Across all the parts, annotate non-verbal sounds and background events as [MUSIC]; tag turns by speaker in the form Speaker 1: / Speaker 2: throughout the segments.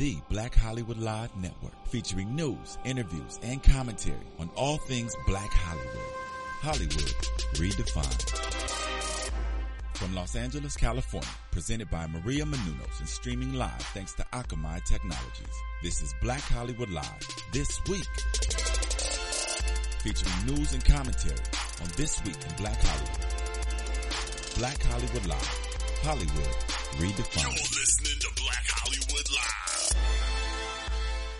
Speaker 1: The Black Hollywood Live Network, featuring news, interviews, and commentary on all things Black Hollywood. Hollywood redefined. From Los Angeles, California, presented by Maria Menunos and streaming live thanks to Akamai Technologies. This is Black Hollywood Live this week. Featuring news and commentary on This Week in Black Hollywood. Black Hollywood Live. Hollywood redefined. You're
Speaker 2: listening to Black Hollywood Live.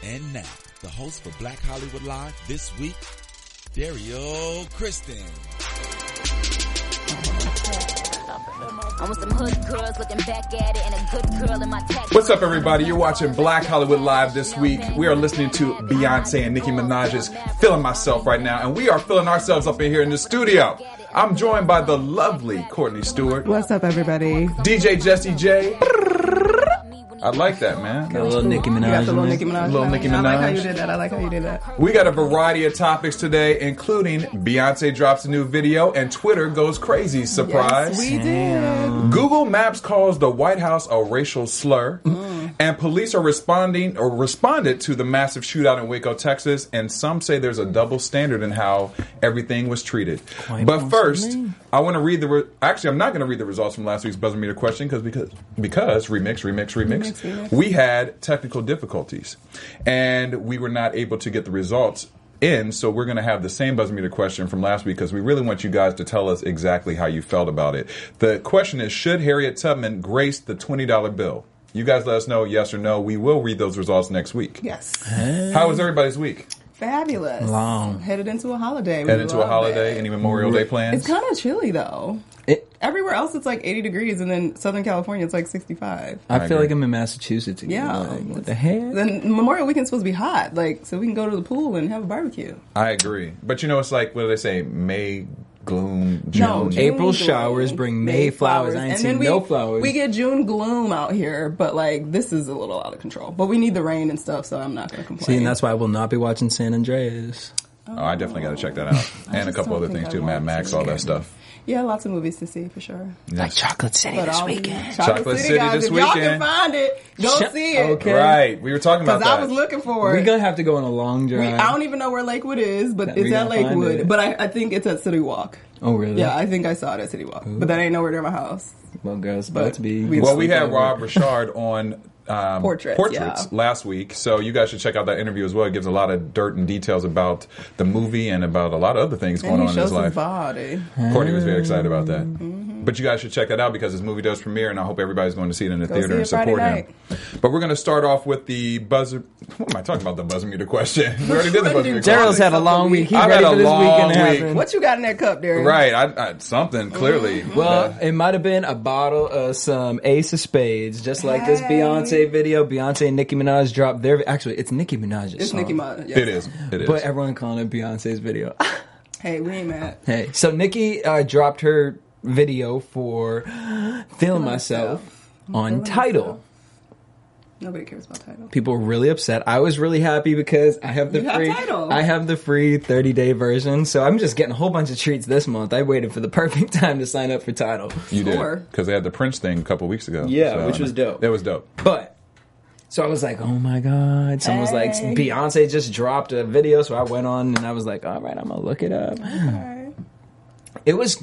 Speaker 1: And now, the host for Black Hollywood Live this week, Dario Kristen.
Speaker 3: I want some hood girls looking back at it and a good girl in my tax.
Speaker 4: What's up, everybody? You're watching Black Hollywood Live this week. We are listening to Beyonce and Nicki Minaj's Feeling Myself right now, and we are feeling ourselves up in here in the studio. I'm joined by the lovely Courtney Stewart,
Speaker 5: What's up, everybody?
Speaker 4: DJ Jesse J. I like that, man.
Speaker 6: A little Nicki Minaj.
Speaker 5: You got the little
Speaker 6: in
Speaker 5: Nicki
Speaker 6: it.
Speaker 5: Minaj.
Speaker 4: Little Nicki
Speaker 5: I like how
Speaker 4: Minaj.
Speaker 5: you did that. I like how you did that.
Speaker 4: We got a variety of topics today, including Beyonce drops a new video and Twitter goes crazy. Surprise.
Speaker 5: We did.
Speaker 4: Google Maps calls the White House a racial slur, and police are responding or responded to the massive shootout in Waco, Texas. And some say there's a double standard in how everything was treated. but first, I want to read the. Re- Actually, I'm not going to read the results from last week's buzzer meter question because because because remix remix remix,
Speaker 5: remix.
Speaker 4: we had technical difficulties, and we were not able to get the results. In, so we're going to have the same buzzer meter question from last week because we really want you guys to tell us exactly how you felt about it. The question is Should Harriet Tubman grace the $20 bill? You guys let us know yes or no. We will read those results next week.
Speaker 5: Yes.
Speaker 4: How was everybody's week?
Speaker 5: Fabulous.
Speaker 6: Long.
Speaker 5: Headed into a holiday. We
Speaker 4: Head into a
Speaker 5: love
Speaker 4: holiday?
Speaker 5: it.
Speaker 4: Any Memorial Day plans?
Speaker 5: It's kind of chilly though.
Speaker 6: It-
Speaker 5: Everywhere else it's like 80 degrees, and then Southern California it's like 65.
Speaker 6: I,
Speaker 4: I
Speaker 6: feel
Speaker 4: agree.
Speaker 6: like I'm in Massachusetts. Again.
Speaker 5: Yeah.
Speaker 6: Like, what the heck?
Speaker 5: Then Memorial Weekend's supposed to be hot, like so we can go to the pool and have a barbecue.
Speaker 4: I agree. But you know, it's like, what do they say? May gloom, June.
Speaker 5: No, June gloom.
Speaker 6: April showers bring May flowers. I ain't
Speaker 5: And
Speaker 6: seen
Speaker 5: then we,
Speaker 6: no flowers.
Speaker 5: We get June gloom out here, but like this is a little out of control. But we need the rain and stuff, so I'm not going to complain.
Speaker 6: See, and that's why I will not be watching San Andreas.
Speaker 4: Oh, I definitely got to check that out. and a
Speaker 5: just
Speaker 4: couple
Speaker 5: don't
Speaker 4: other
Speaker 5: think
Speaker 4: things
Speaker 5: I
Speaker 4: too Mad
Speaker 5: want
Speaker 4: Max,
Speaker 5: to.
Speaker 4: all that stuff.
Speaker 5: yeah, lots of movies to see for sure.
Speaker 4: Yes.
Speaker 6: Chocolate City
Speaker 5: But I'll be- Chocolate,
Speaker 4: Chocolate
Speaker 5: City,
Speaker 4: City
Speaker 5: guys,
Speaker 4: this
Speaker 5: if y'all can
Speaker 4: weekend.
Speaker 5: find it, go
Speaker 6: Shut-
Speaker 5: see it.
Speaker 6: okay.
Speaker 4: Right. We were talking about
Speaker 5: Because
Speaker 4: that.
Speaker 5: I was looking for
Speaker 6: We're
Speaker 5: it.
Speaker 6: gonna have to go on a long
Speaker 5: We-
Speaker 6: drive.
Speaker 5: I don't even know where Lakewood is, but
Speaker 6: That
Speaker 5: it's
Speaker 6: we
Speaker 5: at
Speaker 6: gotta find
Speaker 5: Lakewood.
Speaker 6: it.
Speaker 5: But I, I think it's at City Walk.
Speaker 6: oh, really?
Speaker 5: Yeah, I think I saw it at City Walk, but that ain't nowhere near my house.
Speaker 6: well, girls, it's
Speaker 5: But
Speaker 6: about to be.
Speaker 5: we-
Speaker 4: well, we had
Speaker 6: sleepover.
Speaker 4: Rob Richard on um,
Speaker 5: [LAUGHS] Portraits, yeah.
Speaker 4: last week, so you guys should check out that interview as well. It gives a lot of dirt and details about the movie and about a lot of other things going
Speaker 5: And he
Speaker 4: on in
Speaker 5: shows Mm-hmm.
Speaker 4: his
Speaker 5: his,
Speaker 4: life.
Speaker 5: body.
Speaker 4: Courtney was very excited about that. But you guys should check that out because this movie does premiere, and I hope everybody's going to see it in the theater
Speaker 5: see
Speaker 4: and
Speaker 5: it Friday
Speaker 4: support him. But we're going to start off with the buzzer. What am I talking about? The buzzer meter question. [LAUGHS] We already did the buzzer meter
Speaker 6: Daryl's
Speaker 4: question.
Speaker 6: had a long week. He's
Speaker 4: I've had
Speaker 6: ready
Speaker 4: a
Speaker 6: for this
Speaker 4: long
Speaker 6: weekend to
Speaker 4: week.
Speaker 6: happen.
Speaker 5: What you got in that cup, Derek?
Speaker 4: Right, I, I, something clearly.
Speaker 5: Mm-hmm.
Speaker 6: Well, it might have been a bottle of some Ace of Spades, just like this
Speaker 5: Hey.
Speaker 6: Beyonce video. Beyonce and Nicki Minaj dropped their. Actually, it's Nicki Minaj's
Speaker 5: It's
Speaker 6: song,
Speaker 5: Nicki Minaj. Yes.
Speaker 4: it is. It is.
Speaker 6: but everyone calling it Beyonce's video.
Speaker 5: Hey, we ain't mad.
Speaker 6: Hey, so Nikki uh, dropped her video for "Film Myself" on title.
Speaker 5: Nobody cares about title.
Speaker 6: People were really upset. I was really happy because I have the
Speaker 5: You have
Speaker 6: free.
Speaker 5: Tidal.
Speaker 6: I have the free thirty day version, so I'm just getting a whole bunch of treats this month. I waited for the perfect [LAUGHS] time to sign up for title,
Speaker 4: You
Speaker 5: Sure.
Speaker 4: did because they had the Prince thing a couple weeks ago.
Speaker 6: Yeah, which was dope.
Speaker 4: That was dope.
Speaker 6: but. So I was like, oh my god! Someone was like, Beyonce just dropped a video, so I went on and I was like, all right, I'm gonna look it up.
Speaker 5: Okay.
Speaker 6: it was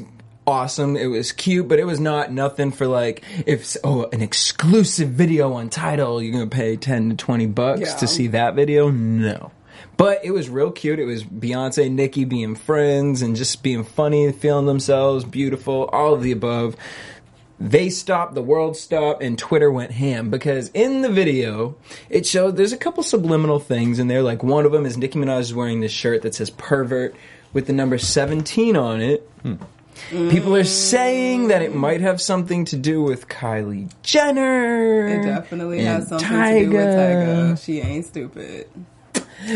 Speaker 6: awesome it was cute but it was not nothing for like if oh an exclusive video on title you're gonna pay 10 to 20 bucks
Speaker 5: Yeah.
Speaker 6: to see that video no but it was real cute it was beyonce and nikki being friends and just being funny feeling themselves beautiful all of the above they stopped, the world stopped, and Twitter went ham because in the video it showed there's a couple subliminal things in there. Like one of them is Nicki Minaj is wearing this shirt that says "pervert" with the number 17 on it. People are saying that it might have something to do with Kylie Jenner.
Speaker 5: It definitely
Speaker 6: and
Speaker 5: has something to do with
Speaker 6: Tyga.
Speaker 5: Tyga. She ain't stupid.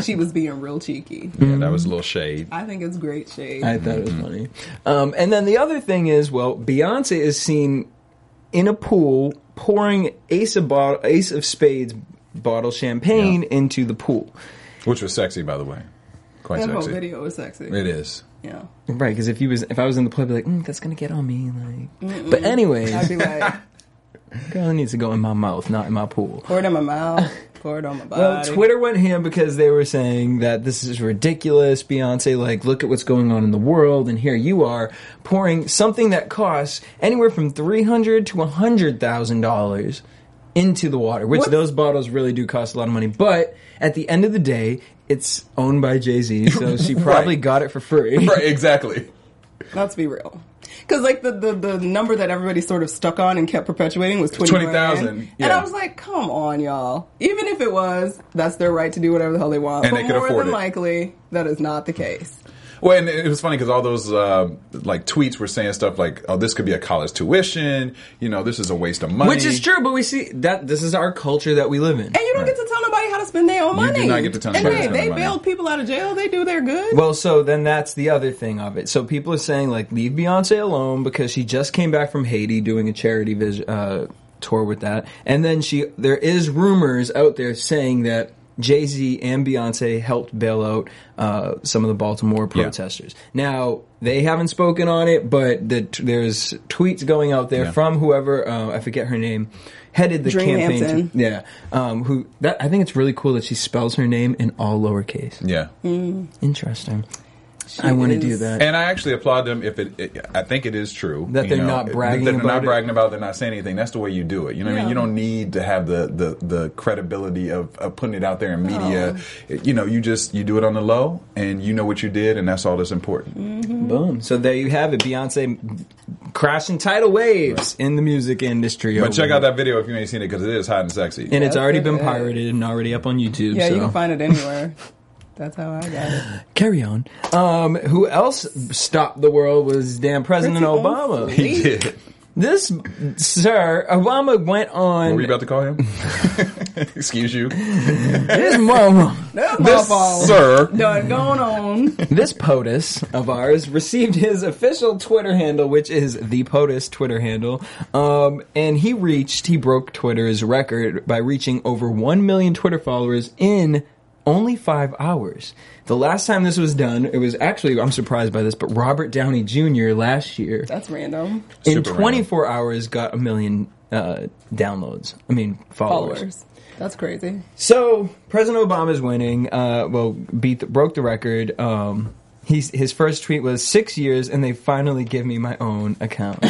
Speaker 5: She was being real cheeky.
Speaker 4: Yeah, that was a little shade.
Speaker 5: I think it's great shade.
Speaker 6: I thought it
Speaker 5: Mm-hmm.
Speaker 6: was funny. Um, and then the other thing is, well, Beyonce is seen in a pool pouring Ace of, bottle, Ace of Spades bottle champagne into the pool.
Speaker 4: Which was sexy, by the way. Quite
Speaker 5: that whole
Speaker 4: sexy.
Speaker 5: video was sexy.
Speaker 4: It is. [LAUGHS]
Speaker 5: Yeah.
Speaker 6: Right, because if you was if I was in the play, I'd be like, mm, that's gonna get on me. Like, but anyways, [LAUGHS]
Speaker 5: I'd be like, [LAUGHS]
Speaker 6: girl it needs to go in my mouth, not in my pool.
Speaker 5: pour it in my mouth. pour it on my body.
Speaker 6: Well, Uh, Twitter went ham because they were saying that this is ridiculous. Beyonce, like, look at what's going on in the world, and here you are pouring something that costs anywhere from three hundred to hundred thousand dollars into the water, which
Speaker 5: What?
Speaker 6: those bottles really do cost a lot of money. But at the end of the day, it's owned by Jay Z, so
Speaker 4: [LAUGHS]
Speaker 6: she probably got it for free.
Speaker 4: Right, exactly.
Speaker 5: Let's be real. Because like the, the the number that everybody sort of stuck on and kept perpetuating was twenty
Speaker 4: 20,000,
Speaker 5: and
Speaker 4: yeah.
Speaker 5: I was like, come on, y'all. Even if it was, that's their right to do whatever the hell they want.
Speaker 4: And
Speaker 5: but
Speaker 4: they could
Speaker 5: more
Speaker 4: afford
Speaker 5: than
Speaker 4: it.
Speaker 5: likely, that is not the case.
Speaker 4: Well, and it was funny because all those uh, like tweets were saying stuff like, "Oh, this could be a college tuition. You know, this is a waste of money."
Speaker 6: Which is true, but we see that this is our culture that we live in.
Speaker 5: And you don't
Speaker 4: Right.
Speaker 5: get to tell nobody how to spend their own
Speaker 4: You do
Speaker 5: money.
Speaker 4: not get to tell
Speaker 5: and
Speaker 4: nobody
Speaker 5: hey,
Speaker 4: how to spend
Speaker 5: they
Speaker 4: their money.
Speaker 5: bailed people out of jail. They do their good.
Speaker 6: [LAUGHS] Well, so then that's the other thing of it. So people are saying like leave Beyonce alone because she just came back from Haiti doing a charity vis- uh, tour with that, and then she there is rumors out there saying that. Jay Z and Beyonce helped bail out uh, some of the Baltimore
Speaker 4: Yeah.
Speaker 6: protesters. Now they haven't spoken on it, but the t- there's tweets going out there
Speaker 4: Yeah.
Speaker 6: from whoever uh, I forget her name headed the
Speaker 5: Dream
Speaker 6: campaign. to-
Speaker 5: Hampton.
Speaker 6: yeah, um, who that I think it's really cool that she spells her name in all lowercase.
Speaker 4: Yeah.
Speaker 6: Interesting. I want to do
Speaker 5: is-
Speaker 6: that.
Speaker 4: And I actually applaud them if it, it. I think it is true
Speaker 6: That
Speaker 4: you
Speaker 6: they're not bragging
Speaker 4: That they're
Speaker 6: about
Speaker 4: not
Speaker 6: it.
Speaker 4: bragging about. it, They're not saying anything. That's the way you do it. You know what I mean?
Speaker 5: Yeah.
Speaker 4: You don't need to have the the, the credibility of, of putting it out there in media. You know, you just you do it on the low, and you know what you did, and that's all that's important.
Speaker 5: Mm.
Speaker 6: Boom. So there you have it. Beyonce crashing tidal waves in the music industry.
Speaker 4: But
Speaker 6: over
Speaker 4: check out
Speaker 6: there.
Speaker 4: that video if you ain't seen it because it is hot and sexy.
Speaker 6: And it's
Speaker 5: Yes,
Speaker 6: already
Speaker 5: it
Speaker 6: been
Speaker 5: is.
Speaker 6: pirated and already up on YouTube.
Speaker 5: yeah,
Speaker 6: so.
Speaker 5: you can find it anywhere. that's how
Speaker 4: [LAUGHS]
Speaker 5: I got it.
Speaker 6: Carry on. Um, who else stopped the world was damn President
Speaker 5: Pretty
Speaker 6: Obama.
Speaker 4: [LAUGHS]
Speaker 5: awful.
Speaker 4: he did.
Speaker 6: This sir Obama went
Speaker 4: What were
Speaker 6: on
Speaker 4: you about to call him? [LAUGHS] Excuse you.
Speaker 6: this mama,
Speaker 5: That's
Speaker 4: This
Speaker 5: my fault.
Speaker 4: sir.
Speaker 5: Done going on.
Speaker 6: this POTUS of ours received his official Twitter handle, which is the POTUS Twitter handle. Um, and he reached, he broke Twitter's record by reaching over 1 million Twitter followers in only five hours. The last time this was done, it was actually, I'm surprised by this, but Robert Downey Jr. last year
Speaker 5: That's random.
Speaker 6: in
Speaker 4: Super
Speaker 6: 24 hours got a million uh, downloads. I mean, followers.
Speaker 5: Followers. That's crazy.
Speaker 6: So President Obama's winning. Uh, well, beat the, broke the record. Um, he's, his first tweet was six years, and they finally give me my own
Speaker 5: [LAUGHS]
Speaker 6: account.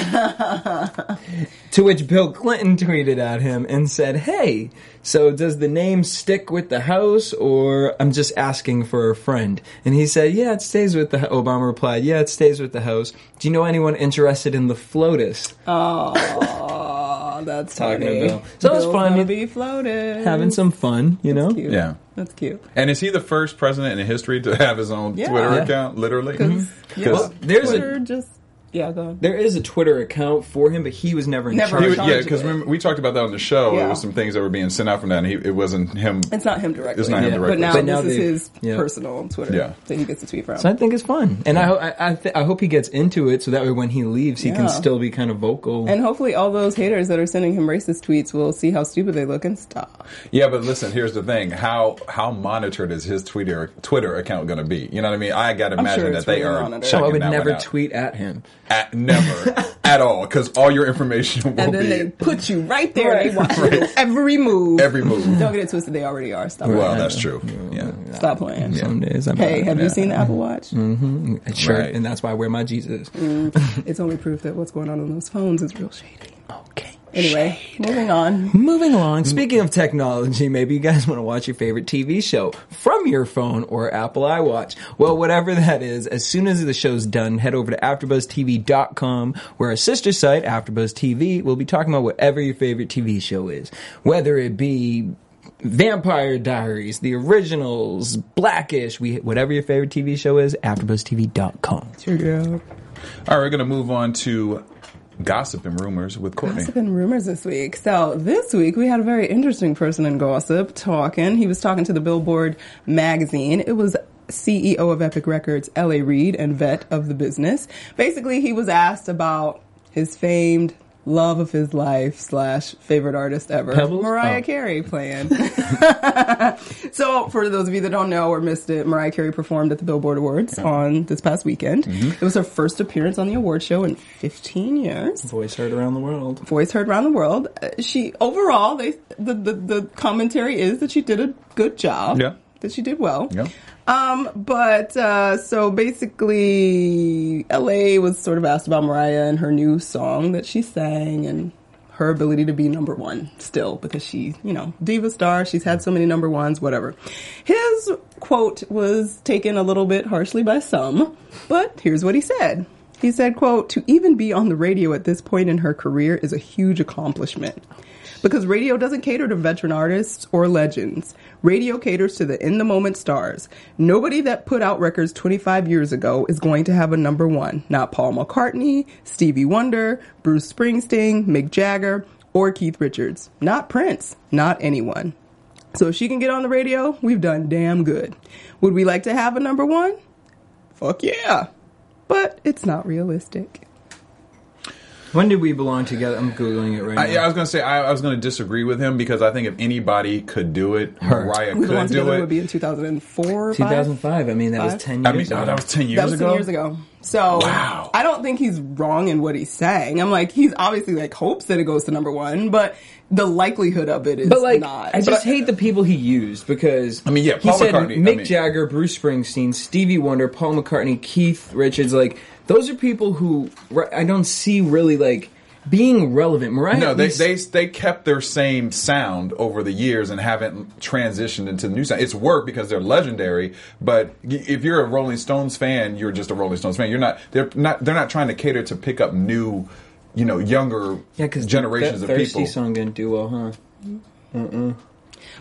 Speaker 6: to which Bill Clinton tweeted at him and said, "Hey, so does the name stick with the house, or I'm just asking for a friend?" And he said, "Yeah, it stays with the." Ho-. Obama replied, "Yeah, it stays with the house. Do you know anyone interested in the floatus?"
Speaker 5: Oh, that's
Speaker 6: Talking to
Speaker 5: funny.
Speaker 6: Bill. So it's
Speaker 5: Bill's
Speaker 6: fun.
Speaker 5: gonna Be floated.
Speaker 6: Having some fun, you know.
Speaker 5: Cute.
Speaker 4: Yeah.
Speaker 5: That's cute.
Speaker 4: And is he the first president in history to have his own
Speaker 5: Yeah.
Speaker 4: Twitter
Speaker 5: Yeah.
Speaker 4: account? Literally, Mm-hmm.
Speaker 5: Because yeah,
Speaker 4: Well,
Speaker 6: there's a-
Speaker 5: Twitter just yeah, go on.
Speaker 6: There is a Twitter account for him, but he was never in
Speaker 5: Never
Speaker 6: charge.
Speaker 5: in
Speaker 4: He was-
Speaker 5: charge.
Speaker 4: yeah, because we talked about that on the show. There
Speaker 5: Yeah.
Speaker 4: was some things that were being sent out from that, and he, it wasn't him.
Speaker 5: It's not him directly.
Speaker 4: It's not him
Speaker 6: Yeah.
Speaker 4: directly.
Speaker 5: But now
Speaker 6: But now
Speaker 5: this
Speaker 6: they-
Speaker 5: is his
Speaker 6: yeah.
Speaker 5: personal Twitter
Speaker 4: Yeah.
Speaker 5: that he gets to tweet from.
Speaker 6: So I think it's fun, and I ho- I I, th- I hope he gets into it so that way when he leaves, he
Speaker 5: Yeah.
Speaker 6: can still be kind of vocal.
Speaker 5: and hopefully, all those haters that are sending him racist tweets will see how stupid they look and stop.
Speaker 4: yeah, but listen, here's the thing: how how monitored is his Twitter Twitter account going to be? You know what I mean? I got to
Speaker 5: I'm
Speaker 4: imagine
Speaker 5: sure
Speaker 4: that
Speaker 5: it's
Speaker 4: they
Speaker 5: really
Speaker 4: are.
Speaker 5: monitored.
Speaker 4: checking
Speaker 6: oh, I would
Speaker 4: that one
Speaker 6: never
Speaker 4: out.
Speaker 6: tweet at him.
Speaker 4: at,
Speaker 6: [LAUGHS]
Speaker 4: never at all because all your information will
Speaker 5: And
Speaker 4: be
Speaker 5: then they put you right there. and They [LAUGHS] watch you do every move.
Speaker 4: every move.
Speaker 5: [LAUGHS] Don't get it twisted. They already are. Stop.
Speaker 4: well,
Speaker 5: playing.
Speaker 4: that's true. Yeah.
Speaker 5: Stop playing.
Speaker 6: Some days I'm
Speaker 5: Hey, have
Speaker 4: Yeah.
Speaker 5: you seen the Apple Watch?
Speaker 6: a shirt,
Speaker 4: Right.
Speaker 6: and that's why I wear my Jesus.
Speaker 5: Mm. It's only proof that what's going on on those phones is real shady.
Speaker 6: Okay.
Speaker 5: Anyway, moving on.
Speaker 6: Moving along, speaking of technology, maybe you guys want to watch your favorite TV show from your phone or Apple iWatch. Well, whatever that is, as soon as the show's done, head over to AfterBuzzTV.com where our sister site, AfterBuzz TV, will be talking about whatever your favorite TV show is. Whether it be Vampire Diaries, The Originals, Blackish, we, whatever your favorite TV show is, AfterBuzzTV.com.
Speaker 4: All right, we're going to move on to gossip and rumors with Courtney.
Speaker 5: Gossip and rumors this week. So this week we had a very interesting person in gossip talking. He was talking to the Billboard magazine. It was CEO of Epic Records, L.A. Reid, and vet of the business. Basically, he was asked about his famed love of his life slash favorite artist ever,
Speaker 6: Pebbles?
Speaker 5: Mariah
Speaker 6: Oh.
Speaker 5: Carey playing. [LAUGHS] so for those of you that don't know or missed it, Mariah Carey performed at the Billboard Awards on this past weekend. It was her first appearance on the award show in 15 years
Speaker 6: Voice heard around the world.
Speaker 5: voice heard around the world. Uh, She overall, they the, the the commentary is that she did a good job.
Speaker 4: Yeah.
Speaker 5: that she did well.
Speaker 4: Yeah.
Speaker 5: Um, but uh, so basically, LA was sort of asked about Mariah and her new song that she sang and her ability to be number one still because she, you know, diva star. She's had so many number ones, whatever. His quote was taken a little bit harshly by some, but here's what he said. He said, quote, to even be on the radio at this point in her career is a huge accomplishment. Because radio doesn't cater to veteran artists or legends. Radio caters to the in the moment stars. Nobody that put out records 25 years ago is going to have a number one. Not Paul McCartney, Stevie Wonder, Bruce Springsteen, Mick Jagger, or Keith Richards. Not Prince. Not anyone. So if she can get on the radio, we've done damn good. Would we like to have a number one? Fuck yeah. But it's not realistic.
Speaker 6: When did we belong together? I'm googling it right
Speaker 4: I,
Speaker 6: now.
Speaker 4: yeah, I was gonna say I, I was gonna disagree with him because I think if anybody could do it,
Speaker 6: Her.
Speaker 4: Mariah
Speaker 5: We
Speaker 4: could
Speaker 5: belong
Speaker 4: do
Speaker 5: together would
Speaker 4: it.
Speaker 5: be in 2004. or five?
Speaker 6: 2005. I mean, that
Speaker 5: Five?
Speaker 6: was 10 years
Speaker 4: I mean,
Speaker 6: ago.
Speaker 4: no, that was ten years
Speaker 5: that was
Speaker 4: ago.
Speaker 5: 10 years ago. So
Speaker 4: Wow.
Speaker 5: I don't think he's wrong in what he's saying. I'm like, he's obviously like hopes that it goes to number one, but the likelihood of it is
Speaker 6: But like,
Speaker 5: not.
Speaker 6: I just
Speaker 5: But-
Speaker 6: hate the people he used because I
Speaker 4: mean, yeah,
Speaker 6: he
Speaker 4: Paul
Speaker 6: said
Speaker 4: McCartney, I
Speaker 6: Mick
Speaker 4: mean-
Speaker 6: Jagger, Bruce Springsteen, Stevie Wonder, Paul McCartney, Keith Richards. Like, those are people who re- I don't see really like being relevant. Mariah,
Speaker 4: No,
Speaker 6: at
Speaker 4: they,
Speaker 6: least-
Speaker 4: they they kept their same sound over the years and haven't transitioned into the new sound. It's worked because they're legendary, but y- if you're a Rolling Stones fan, you're just a Rolling Stones fan. You're not they're not they're not trying to cater to pick up new, you know, younger
Speaker 6: yeah, because
Speaker 4: generations
Speaker 6: that
Speaker 4: of
Speaker 6: thirsty
Speaker 4: people.
Speaker 6: song didn't do well, huh?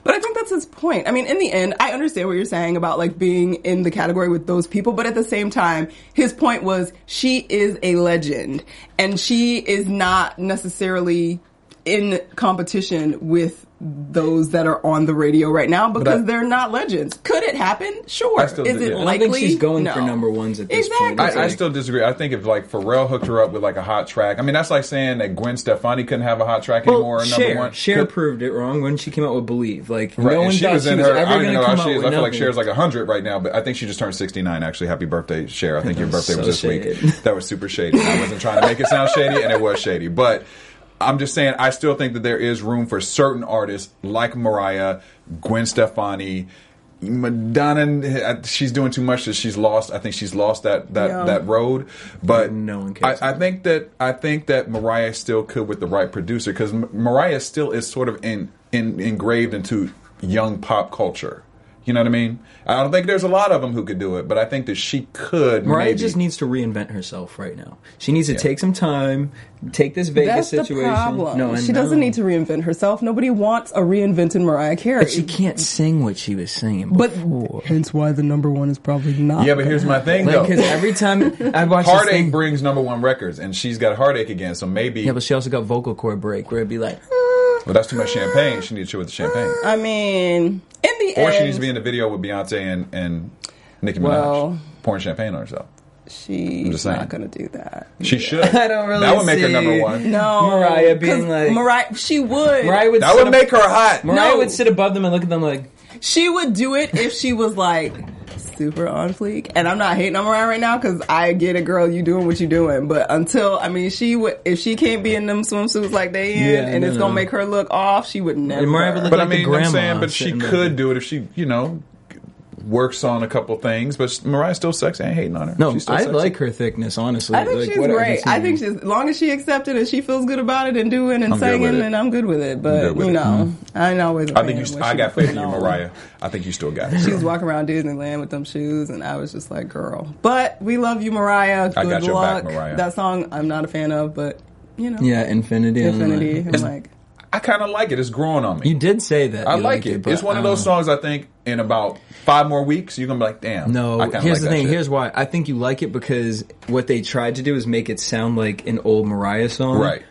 Speaker 5: But I think that's his point. I mean, in the end, I understand what you're saying about like being in the category with those people, but at the same time, his point was she is a legend and she is not necessarily in competition with those that are on the radio right now because
Speaker 4: I-
Speaker 5: they're not legends. Could it happen? Sure.
Speaker 4: I still
Speaker 5: is
Speaker 4: do-
Speaker 5: it
Speaker 4: yeah. I
Speaker 6: I
Speaker 5: likely?
Speaker 6: don't think she's going
Speaker 5: No.
Speaker 6: for number ones at this point.
Speaker 5: Exactly.
Speaker 6: It's
Speaker 4: I, I
Speaker 6: like-
Speaker 4: still disagree. I think if like Pharrell hooked her up with like a hot track, I mean that's like saying that Gwen Stefani couldn't have a hot track anymore.
Speaker 6: Well,
Speaker 4: or number
Speaker 6: Cher,
Speaker 4: one,
Speaker 6: Cher
Speaker 4: Could-
Speaker 6: proved it wrong when she came out with "Believe." Like
Speaker 4: Right,
Speaker 6: no
Speaker 4: and
Speaker 6: one
Speaker 4: she
Speaker 6: thought
Speaker 4: was
Speaker 6: she
Speaker 4: in
Speaker 6: was
Speaker 4: her. I
Speaker 6: ever
Speaker 4: don't
Speaker 6: going
Speaker 4: even know
Speaker 6: to
Speaker 4: how
Speaker 6: come out
Speaker 4: she is.
Speaker 6: with
Speaker 4: I feel like
Speaker 6: nothing.
Speaker 4: Cher's like hundred right now, but I think she just turned sixty nine. Actually, happy birthday, Cher! I think
Speaker 6: [LAUGHS]
Speaker 4: your birthday was
Speaker 6: so
Speaker 4: this
Speaker 6: shady.
Speaker 4: week. [LAUGHS] That was super shady. I wasn't trying to make it sound shady, and it was shady. But I'm just saying, I still think that there is room for certain artists like Mariah, Gwen Stefani. Madonna, uh, she's doing too much. That she's lost. I think she's lost that that
Speaker 5: Yeah.
Speaker 4: that road. But
Speaker 6: No one cares.
Speaker 4: I, I think that I think that Mariah still could with the right producer because Mariah still is sort of in, in engraved into young pop culture. You know what I mean? I don't think there's a lot of them who could do it, but I think that she could.
Speaker 6: Mariah
Speaker 4: maybe.
Speaker 6: just needs to reinvent herself right now. She needs to take some time, take this Vegas
Speaker 5: That's the
Speaker 6: situation.
Speaker 5: problem.
Speaker 6: No, I
Speaker 5: she doesn't
Speaker 6: know.
Speaker 5: need to reinvent herself. Nobody wants a reinvented Mariah Carey.
Speaker 6: She can't sing what she was singing
Speaker 5: but
Speaker 6: before.
Speaker 5: hence why the number one is probably not.
Speaker 4: Yeah, but here's my thing
Speaker 6: Like, because
Speaker 4: though.
Speaker 6: every time I watch this
Speaker 4: Heartache
Speaker 6: thing,
Speaker 4: brings number one records, and she's got heartache again. So maybe,
Speaker 6: yeah, but she also got vocal cord break where it'd be like,
Speaker 4: well, that's too much champagne. She needs to chill with the champagne,
Speaker 5: I mean, in the
Speaker 4: or
Speaker 5: end,
Speaker 4: she needs to be in the video with Beyonce and and Nicki Minaj
Speaker 5: Well-
Speaker 4: pouring champagne on herself.
Speaker 5: she's
Speaker 4: just
Speaker 5: not
Speaker 4: saying.
Speaker 5: going to do that.
Speaker 4: She should.
Speaker 6: [LAUGHS] I
Speaker 5: [LAUGHS]
Speaker 6: don't really
Speaker 4: That would make her
Speaker 6: see-
Speaker 4: number one.
Speaker 5: No,
Speaker 6: Mariah being
Speaker 5: 'cause
Speaker 6: like-
Speaker 5: Mariah, she would.
Speaker 6: Mariah would.
Speaker 4: That
Speaker 6: sit
Speaker 4: would make her hot.
Speaker 6: Ab- Mariah
Speaker 5: No.
Speaker 6: would sit above them and look at them like,
Speaker 5: She would do it if she was like super on fleek. And I'm not hating on Mariah right now because I get it, girl. You doing what you doing. But until I mean, she would if she can't be in them swimsuits like they in,
Speaker 6: Yeah,
Speaker 5: and it's
Speaker 6: no,
Speaker 5: gonna
Speaker 6: no.
Speaker 5: make her look off. She would never.
Speaker 6: And Mariah would look
Speaker 4: But
Speaker 6: like
Speaker 4: I
Speaker 6: the
Speaker 4: mean, what I'm
Speaker 6: grandma
Speaker 4: saying, but she
Speaker 6: sitting there.
Speaker 4: could do it if she, you know, works on a couple things. But Mariah's still sexy. I ain't hating on her.
Speaker 6: no,
Speaker 4: She's still
Speaker 6: I
Speaker 4: sexy.
Speaker 6: like her thickness, honestly.
Speaker 5: I think
Speaker 6: Like,
Speaker 5: she's
Speaker 6: whatever
Speaker 5: great.
Speaker 6: she's
Speaker 5: I think
Speaker 6: doing.
Speaker 5: she's as long as she accepted and she feels good about it and doing and
Speaker 4: I'm good with
Speaker 5: singing,
Speaker 4: it.
Speaker 5: and I'm good with it. But
Speaker 4: good with
Speaker 5: you
Speaker 4: it. Mm-hmm.
Speaker 5: know, I ain't always. a
Speaker 4: I
Speaker 5: fan
Speaker 4: think
Speaker 5: of
Speaker 4: you.
Speaker 5: what
Speaker 4: I
Speaker 5: she
Speaker 4: got
Speaker 5: putting
Speaker 4: faith in you,
Speaker 5: on.
Speaker 4: Mariah. I think you still got it.
Speaker 5: She
Speaker 6: [LAUGHS]
Speaker 4: girl.
Speaker 5: was walking around Disneyland with them shoes, and I was just like, "Girl." But we love you, Mariah. Good
Speaker 4: I got your
Speaker 5: luck.
Speaker 4: back, Mariah.
Speaker 5: That song I'm not a fan of, but you know,
Speaker 6: yeah, infinity, I don't know.
Speaker 5: Infinity. I'm like,
Speaker 4: I kind of like it. It's growing on me.
Speaker 6: You did say that.
Speaker 4: I
Speaker 6: you
Speaker 4: like
Speaker 6: liked
Speaker 4: it.
Speaker 6: but
Speaker 4: It's one
Speaker 6: I
Speaker 4: of
Speaker 6: don't
Speaker 4: those
Speaker 6: know.
Speaker 4: songs. I think in about five more weeks, you're gonna be like, damn.
Speaker 6: No,
Speaker 4: I kinda
Speaker 6: here's
Speaker 4: like
Speaker 6: the
Speaker 4: that
Speaker 6: thing.
Speaker 4: shit.
Speaker 6: Here's why. I think you like it because what they tried to do is make it sound like an old Mariah song.
Speaker 4: right.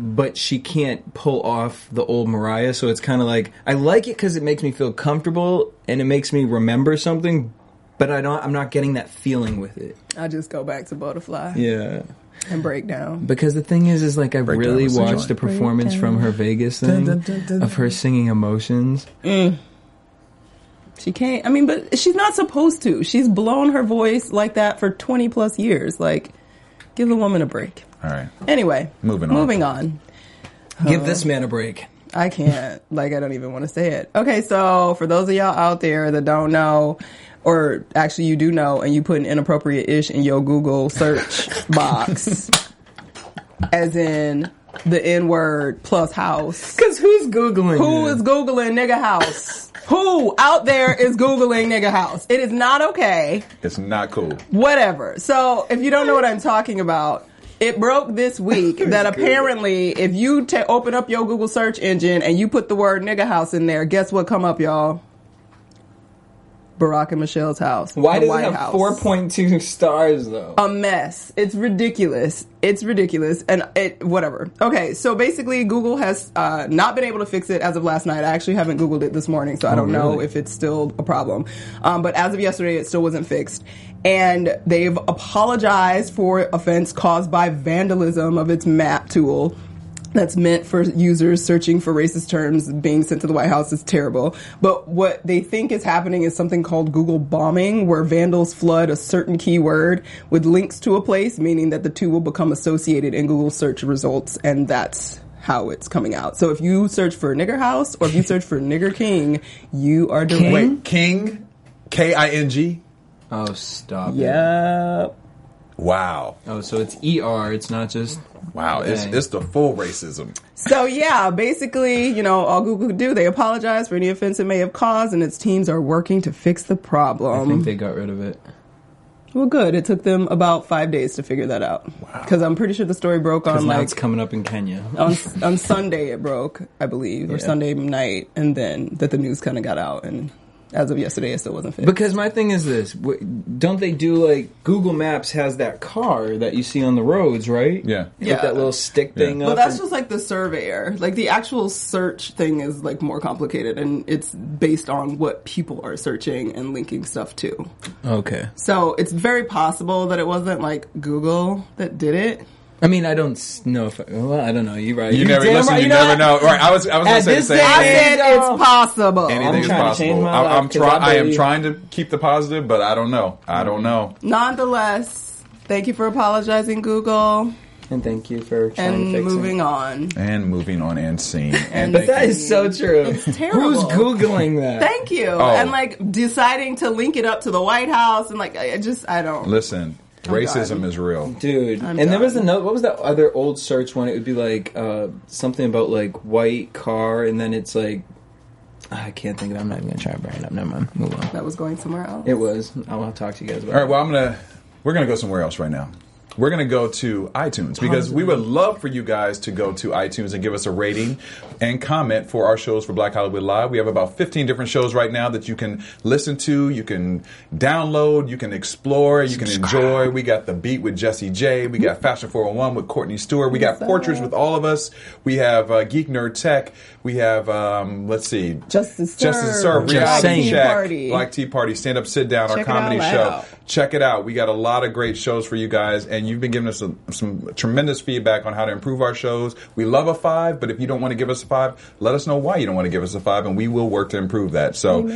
Speaker 6: But she can't pull off the old Mariah, so it's kind of like I like it because it makes me feel comfortable and it makes me remember something. but I don't. I'm not getting that feeling with it.
Speaker 5: I just go back to Butterfly
Speaker 6: Yeah.
Speaker 5: and break down.
Speaker 6: Because the thing is, is like I
Speaker 4: Breakdown
Speaker 6: really
Speaker 4: was the
Speaker 6: watched
Speaker 4: joy.
Speaker 6: the performance from her Vegas thing
Speaker 4: dun, dun, dun.
Speaker 6: of her singing emotions.
Speaker 5: She can't. I mean, but she's not supposed to. She's blown her voice like that for 20 plus years. Like, give the woman a break.
Speaker 4: All right.
Speaker 5: Anyway,
Speaker 4: Moving on.
Speaker 5: Moving on.
Speaker 6: Give this man a break.
Speaker 5: I can't. Like, I don't even want to say it. Okay, so for those of y'all out there that don't know, or actually you do know, and you put an inappropriate ish in your Google search box, as in the N word plus house.
Speaker 6: Because who's googling?
Speaker 5: Who
Speaker 6: it?
Speaker 5: is Googling nigga house? Who out there is Googling nigga house? It is not okay
Speaker 4: It's not cool.
Speaker 5: whatever. So if you don't know what I'm talking about, it broke this week that apparently if you ta open up your Google search engine and you put the word nigga house in there, guess what come up, y'all? Barack and Michelle's house.
Speaker 6: Why
Speaker 5: the
Speaker 6: does it
Speaker 5: White
Speaker 6: have
Speaker 5: House.
Speaker 6: 4.2 stars though?
Speaker 5: a mess. It's ridiculous. It's ridiculous. And it, whatever. Okay. So basically Google has, uh, not been able to fix it as of last night. I actually haven't Googled it this morning, so I don't know
Speaker 6: Oh, really?
Speaker 5: if it's still a problem. Um, but as of yesterday, it still wasn't fixed. And they've apologized for offense caused by vandalism of its map tool. That's meant for users searching for racist terms being sent to the White House is terrible. But what they think is happening is something called Google bombing, where vandals flood a certain keyword with links to a place, meaning that the two will become associated in Google search results, and that's how it's coming out. So if you search for nigger house or if you search
Speaker 6: [LAUGHS]
Speaker 5: for nigger king, you are direct.
Speaker 4: Wait, King, K I N G.
Speaker 6: oh, stop. it.
Speaker 5: Yeah.
Speaker 4: Wow,
Speaker 6: Oh, so it's ER. It's not just.
Speaker 4: wow, it's
Speaker 6: Dang.
Speaker 4: it's the full racism.
Speaker 5: So yeah, basically, you know, all Google could do, they apologize for any offense it may have caused, and its teams are working to fix the problem.
Speaker 6: I think they got rid of it.
Speaker 5: Well, good. It took them about five days to figure that out. Because I'm pretty sure the story broke on
Speaker 6: Because now
Speaker 5: like
Speaker 6: it's coming up in Kenya.
Speaker 5: on on Sunday it broke, I believe, or
Speaker 6: Yeah.
Speaker 5: Sunday night, and then that the news kind of got out, and as of yesterday, it still wasn't fixed.
Speaker 6: Because my thing is this: w- don't they do like Google Maps has that car that you see on the roads, right?
Speaker 4: Yeah.
Speaker 6: Put
Speaker 5: Yeah.
Speaker 6: that little stick
Speaker 4: Yeah.
Speaker 6: thing up.
Speaker 5: But that's
Speaker 6: and-
Speaker 5: just like the surveyor. Like the actual search thing is like more complicated, and it's based on what people are searching and linking stuff to.
Speaker 6: okay.
Speaker 5: So it's very possible that it wasn't like Google that did it.
Speaker 6: I mean, I don't s- know if I, well, I don't know. You're right.
Speaker 4: You
Speaker 6: You're
Speaker 4: never
Speaker 6: damn
Speaker 4: listen.
Speaker 6: right.
Speaker 4: You,
Speaker 6: know
Speaker 4: never
Speaker 6: what?
Speaker 4: know. Right? I was. I was
Speaker 6: At
Speaker 4: gonna say the
Speaker 6: this
Speaker 4: same
Speaker 6: day
Speaker 5: I
Speaker 4: thing.
Speaker 6: and
Speaker 5: said it's possible.
Speaker 4: Anything is
Speaker 6: trying to change
Speaker 4: possible.
Speaker 6: my
Speaker 4: I,
Speaker 6: life
Speaker 4: I'm
Speaker 6: 'cause I
Speaker 4: trying. I am
Speaker 6: believe-
Speaker 4: trying to keep the positive, but I don't know. I don't know.
Speaker 5: Nonetheless, thank you for apologizing, Google,
Speaker 6: And thank you for trying
Speaker 5: and
Speaker 6: to fix
Speaker 5: moving
Speaker 6: it.
Speaker 5: on.
Speaker 4: And moving on and seeing. And
Speaker 5: But
Speaker 4: thank
Speaker 6: That
Speaker 4: you.
Speaker 6: is so true.
Speaker 5: It's terrible.
Speaker 6: Who's
Speaker 5: [LAUGHS]
Speaker 6: googling that?
Speaker 5: Thank you. And like deciding to link it up to the White House and like I I just I don't.
Speaker 4: listen,
Speaker 6: Oh,
Speaker 4: racism is real.
Speaker 6: Dude, and there
Speaker 5: done.
Speaker 6: was another. What was that other old search one? It would be like uh, something about like white car, and then it's like I can't think of. it. I'm not even gonna try and bring it up. Never mind. Move on.
Speaker 5: That was going somewhere else.
Speaker 6: It was. I'll talk to you guys about.
Speaker 4: All right. Well, I'm gonna. We're gonna go somewhere else right now. We're gonna go to iTunes because we would love for you guys to go to iTunes and give us a rating and comment for our shows for Black Hollywood Live. We have about 15 different shows right now that you can listen to, you can download, you can explore, you can enjoy. We got the beat with Jesse J. We got Fashion 401 with Courtney Stewart. We got portraits with all of us. We have uh, Geek Nerd Tech. We have um, let's see,
Speaker 5: Justice
Speaker 4: Justice Served,
Speaker 5: Served,
Speaker 6: Just
Speaker 4: Reality
Speaker 6: Saying.
Speaker 4: Check,
Speaker 5: Party.
Speaker 4: Black Tea Party, Stand Up, Sit Down, our
Speaker 5: Check it
Speaker 4: comedy
Speaker 5: out
Speaker 4: show
Speaker 5: loud.
Speaker 4: check it out. We got a lot of great shows for you guys, and you've been giving us some, some tremendous feedback on how to improve our shows. We love a five, but if you don't want to give us a five, let us know why you don't want to give us a five, and we will work to improve that. So,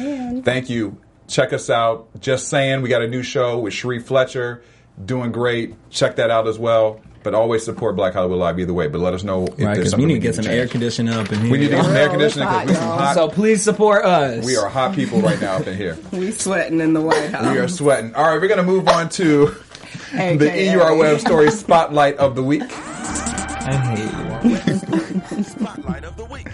Speaker 4: thank you. Check us out. Just saying, we got a new show with Sheree Fletcher, doing great. Check that out as well. But always support Black Hollywood Live either way. But let us know if
Speaker 6: Right,
Speaker 4: there's
Speaker 6: because
Speaker 4: something
Speaker 6: we need to get some
Speaker 4: change.
Speaker 6: air conditioning up in here.
Speaker 4: We need to get some air
Speaker 5: Girl, it's
Speaker 4: conditioning because
Speaker 5: hot,
Speaker 4: we some
Speaker 5: y'all.
Speaker 4: hot.
Speaker 6: so please support us.
Speaker 4: we are hot people right now up in here.
Speaker 5: We sweating in the White House.
Speaker 4: We
Speaker 5: [LAUGHS]
Speaker 4: are sweating. All right, we're gonna move on to [LAUGHS] the
Speaker 5: AKA.
Speaker 4: EUR Web Story Spotlight of the Week.
Speaker 6: I hate you.
Speaker 2: Spotlight of the week.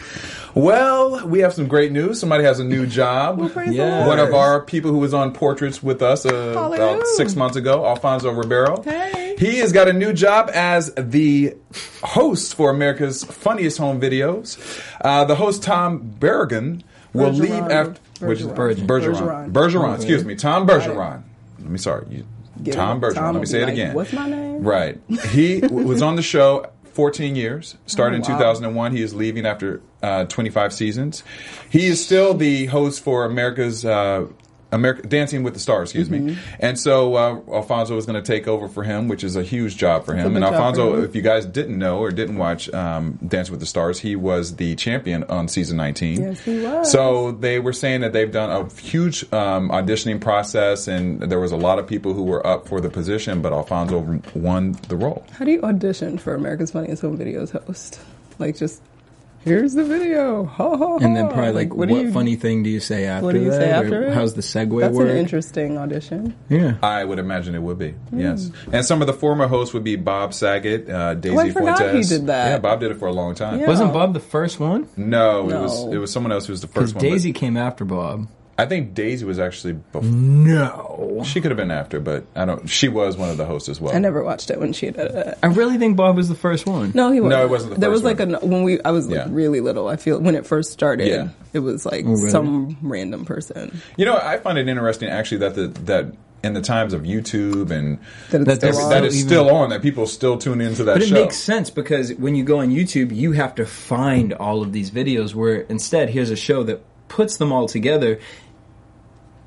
Speaker 4: Well, we have some great news. Somebody has a new
Speaker 5: [LAUGHS]
Speaker 4: job.
Speaker 5: Praise the
Speaker 6: Yeah.
Speaker 4: One
Speaker 5: Lord.
Speaker 4: of our people who was on portraits with us uh, about
Speaker 5: Hallelujah.
Speaker 4: six months ago, Alfonso Ribeiro.
Speaker 5: Hey.
Speaker 4: He has got a new job as the host for America's Funniest Home Videos. Uh, the host, Tom Berrigan, will
Speaker 5: Bergeron.
Speaker 4: leave after. Which is
Speaker 5: Bergeron.
Speaker 4: Bergeron.
Speaker 5: Bergeron.
Speaker 4: Bergeron. excuse me. Tom Bergeron. Let me, sorry. You,
Speaker 5: Get
Speaker 4: Tom
Speaker 5: it?
Speaker 4: Bergeron.
Speaker 5: Tom
Speaker 4: Let
Speaker 5: will
Speaker 4: me
Speaker 5: be
Speaker 4: say it
Speaker 5: like,
Speaker 4: again.
Speaker 5: "What's my name?"
Speaker 4: Right. He w- was on the show 14 years, started
Speaker 5: Oh, wow.
Speaker 4: in 2001. He is leaving after uh, 25 seasons. He is still the host for America's uh, America, Dancing with the Stars, excuse me.
Speaker 5: Mm-hmm.
Speaker 4: And so uh, Alfonso is going to take over for him, which is a huge job for him.
Speaker 5: big
Speaker 4: And
Speaker 5: job for
Speaker 4: Alfonso,
Speaker 5: him.
Speaker 4: if you guys didn't know or didn't watch um, Dancing with the Stars, he was the champion on season 19.
Speaker 5: Yes, he was.
Speaker 4: So they were saying that they've done a huge um, auditioning process, and there was a lot of people who were up for the position, but Alfonso won the role.
Speaker 5: How do you audition for America's Funniest Home Videos host? Like, just here's the video, ha ha.
Speaker 6: And then
Speaker 5: ha.
Speaker 6: probably like,
Speaker 5: do
Speaker 6: what
Speaker 5: you-
Speaker 6: funny thing do you say after
Speaker 5: What do you
Speaker 6: that?
Speaker 5: say
Speaker 6: Or
Speaker 5: after it?
Speaker 6: How's the segue
Speaker 5: That's
Speaker 6: work?
Speaker 5: an interesting audition.
Speaker 6: yeah.
Speaker 4: I would imagine it would be
Speaker 5: Hmm.
Speaker 4: yes, and some of the former hosts would be Bob Saget, uh, Daisy
Speaker 5: Oh, I forgot he
Speaker 4: Fuentes.
Speaker 5: did that.
Speaker 4: Yeah, Bob did it for a long time.
Speaker 5: Yeah.
Speaker 6: Wasn't Bob the first one?
Speaker 4: No, it
Speaker 5: No.
Speaker 4: was it was someone else who was the
Speaker 6: Because
Speaker 4: first one. but
Speaker 6: Daisy came after Bob.
Speaker 4: I think Daisy was actually before.
Speaker 6: No.
Speaker 4: She could have been after, but I don't. She was one of the hosts as well.
Speaker 5: I never watched it when she did it.
Speaker 6: I really think Bob was the first one.
Speaker 5: No, he wasn't.
Speaker 4: it wasn't the
Speaker 5: there
Speaker 4: first
Speaker 5: was like a when we I was like
Speaker 4: Yeah.
Speaker 5: really little. I feel when it first started,
Speaker 4: Yeah.
Speaker 5: it was like
Speaker 6: Oh, really?
Speaker 5: some random person.
Speaker 4: You know, I find it interesting actually that the that in the times of YouTube and
Speaker 5: That it's
Speaker 6: That
Speaker 5: still
Speaker 6: there's-
Speaker 5: on.
Speaker 4: that is
Speaker 6: even-
Speaker 4: still on, that people still tune into that
Speaker 6: But it
Speaker 4: show.
Speaker 6: makes sense because when you go on YouTube, you have to find all of these videos. Where instead, here's a show that puts them all together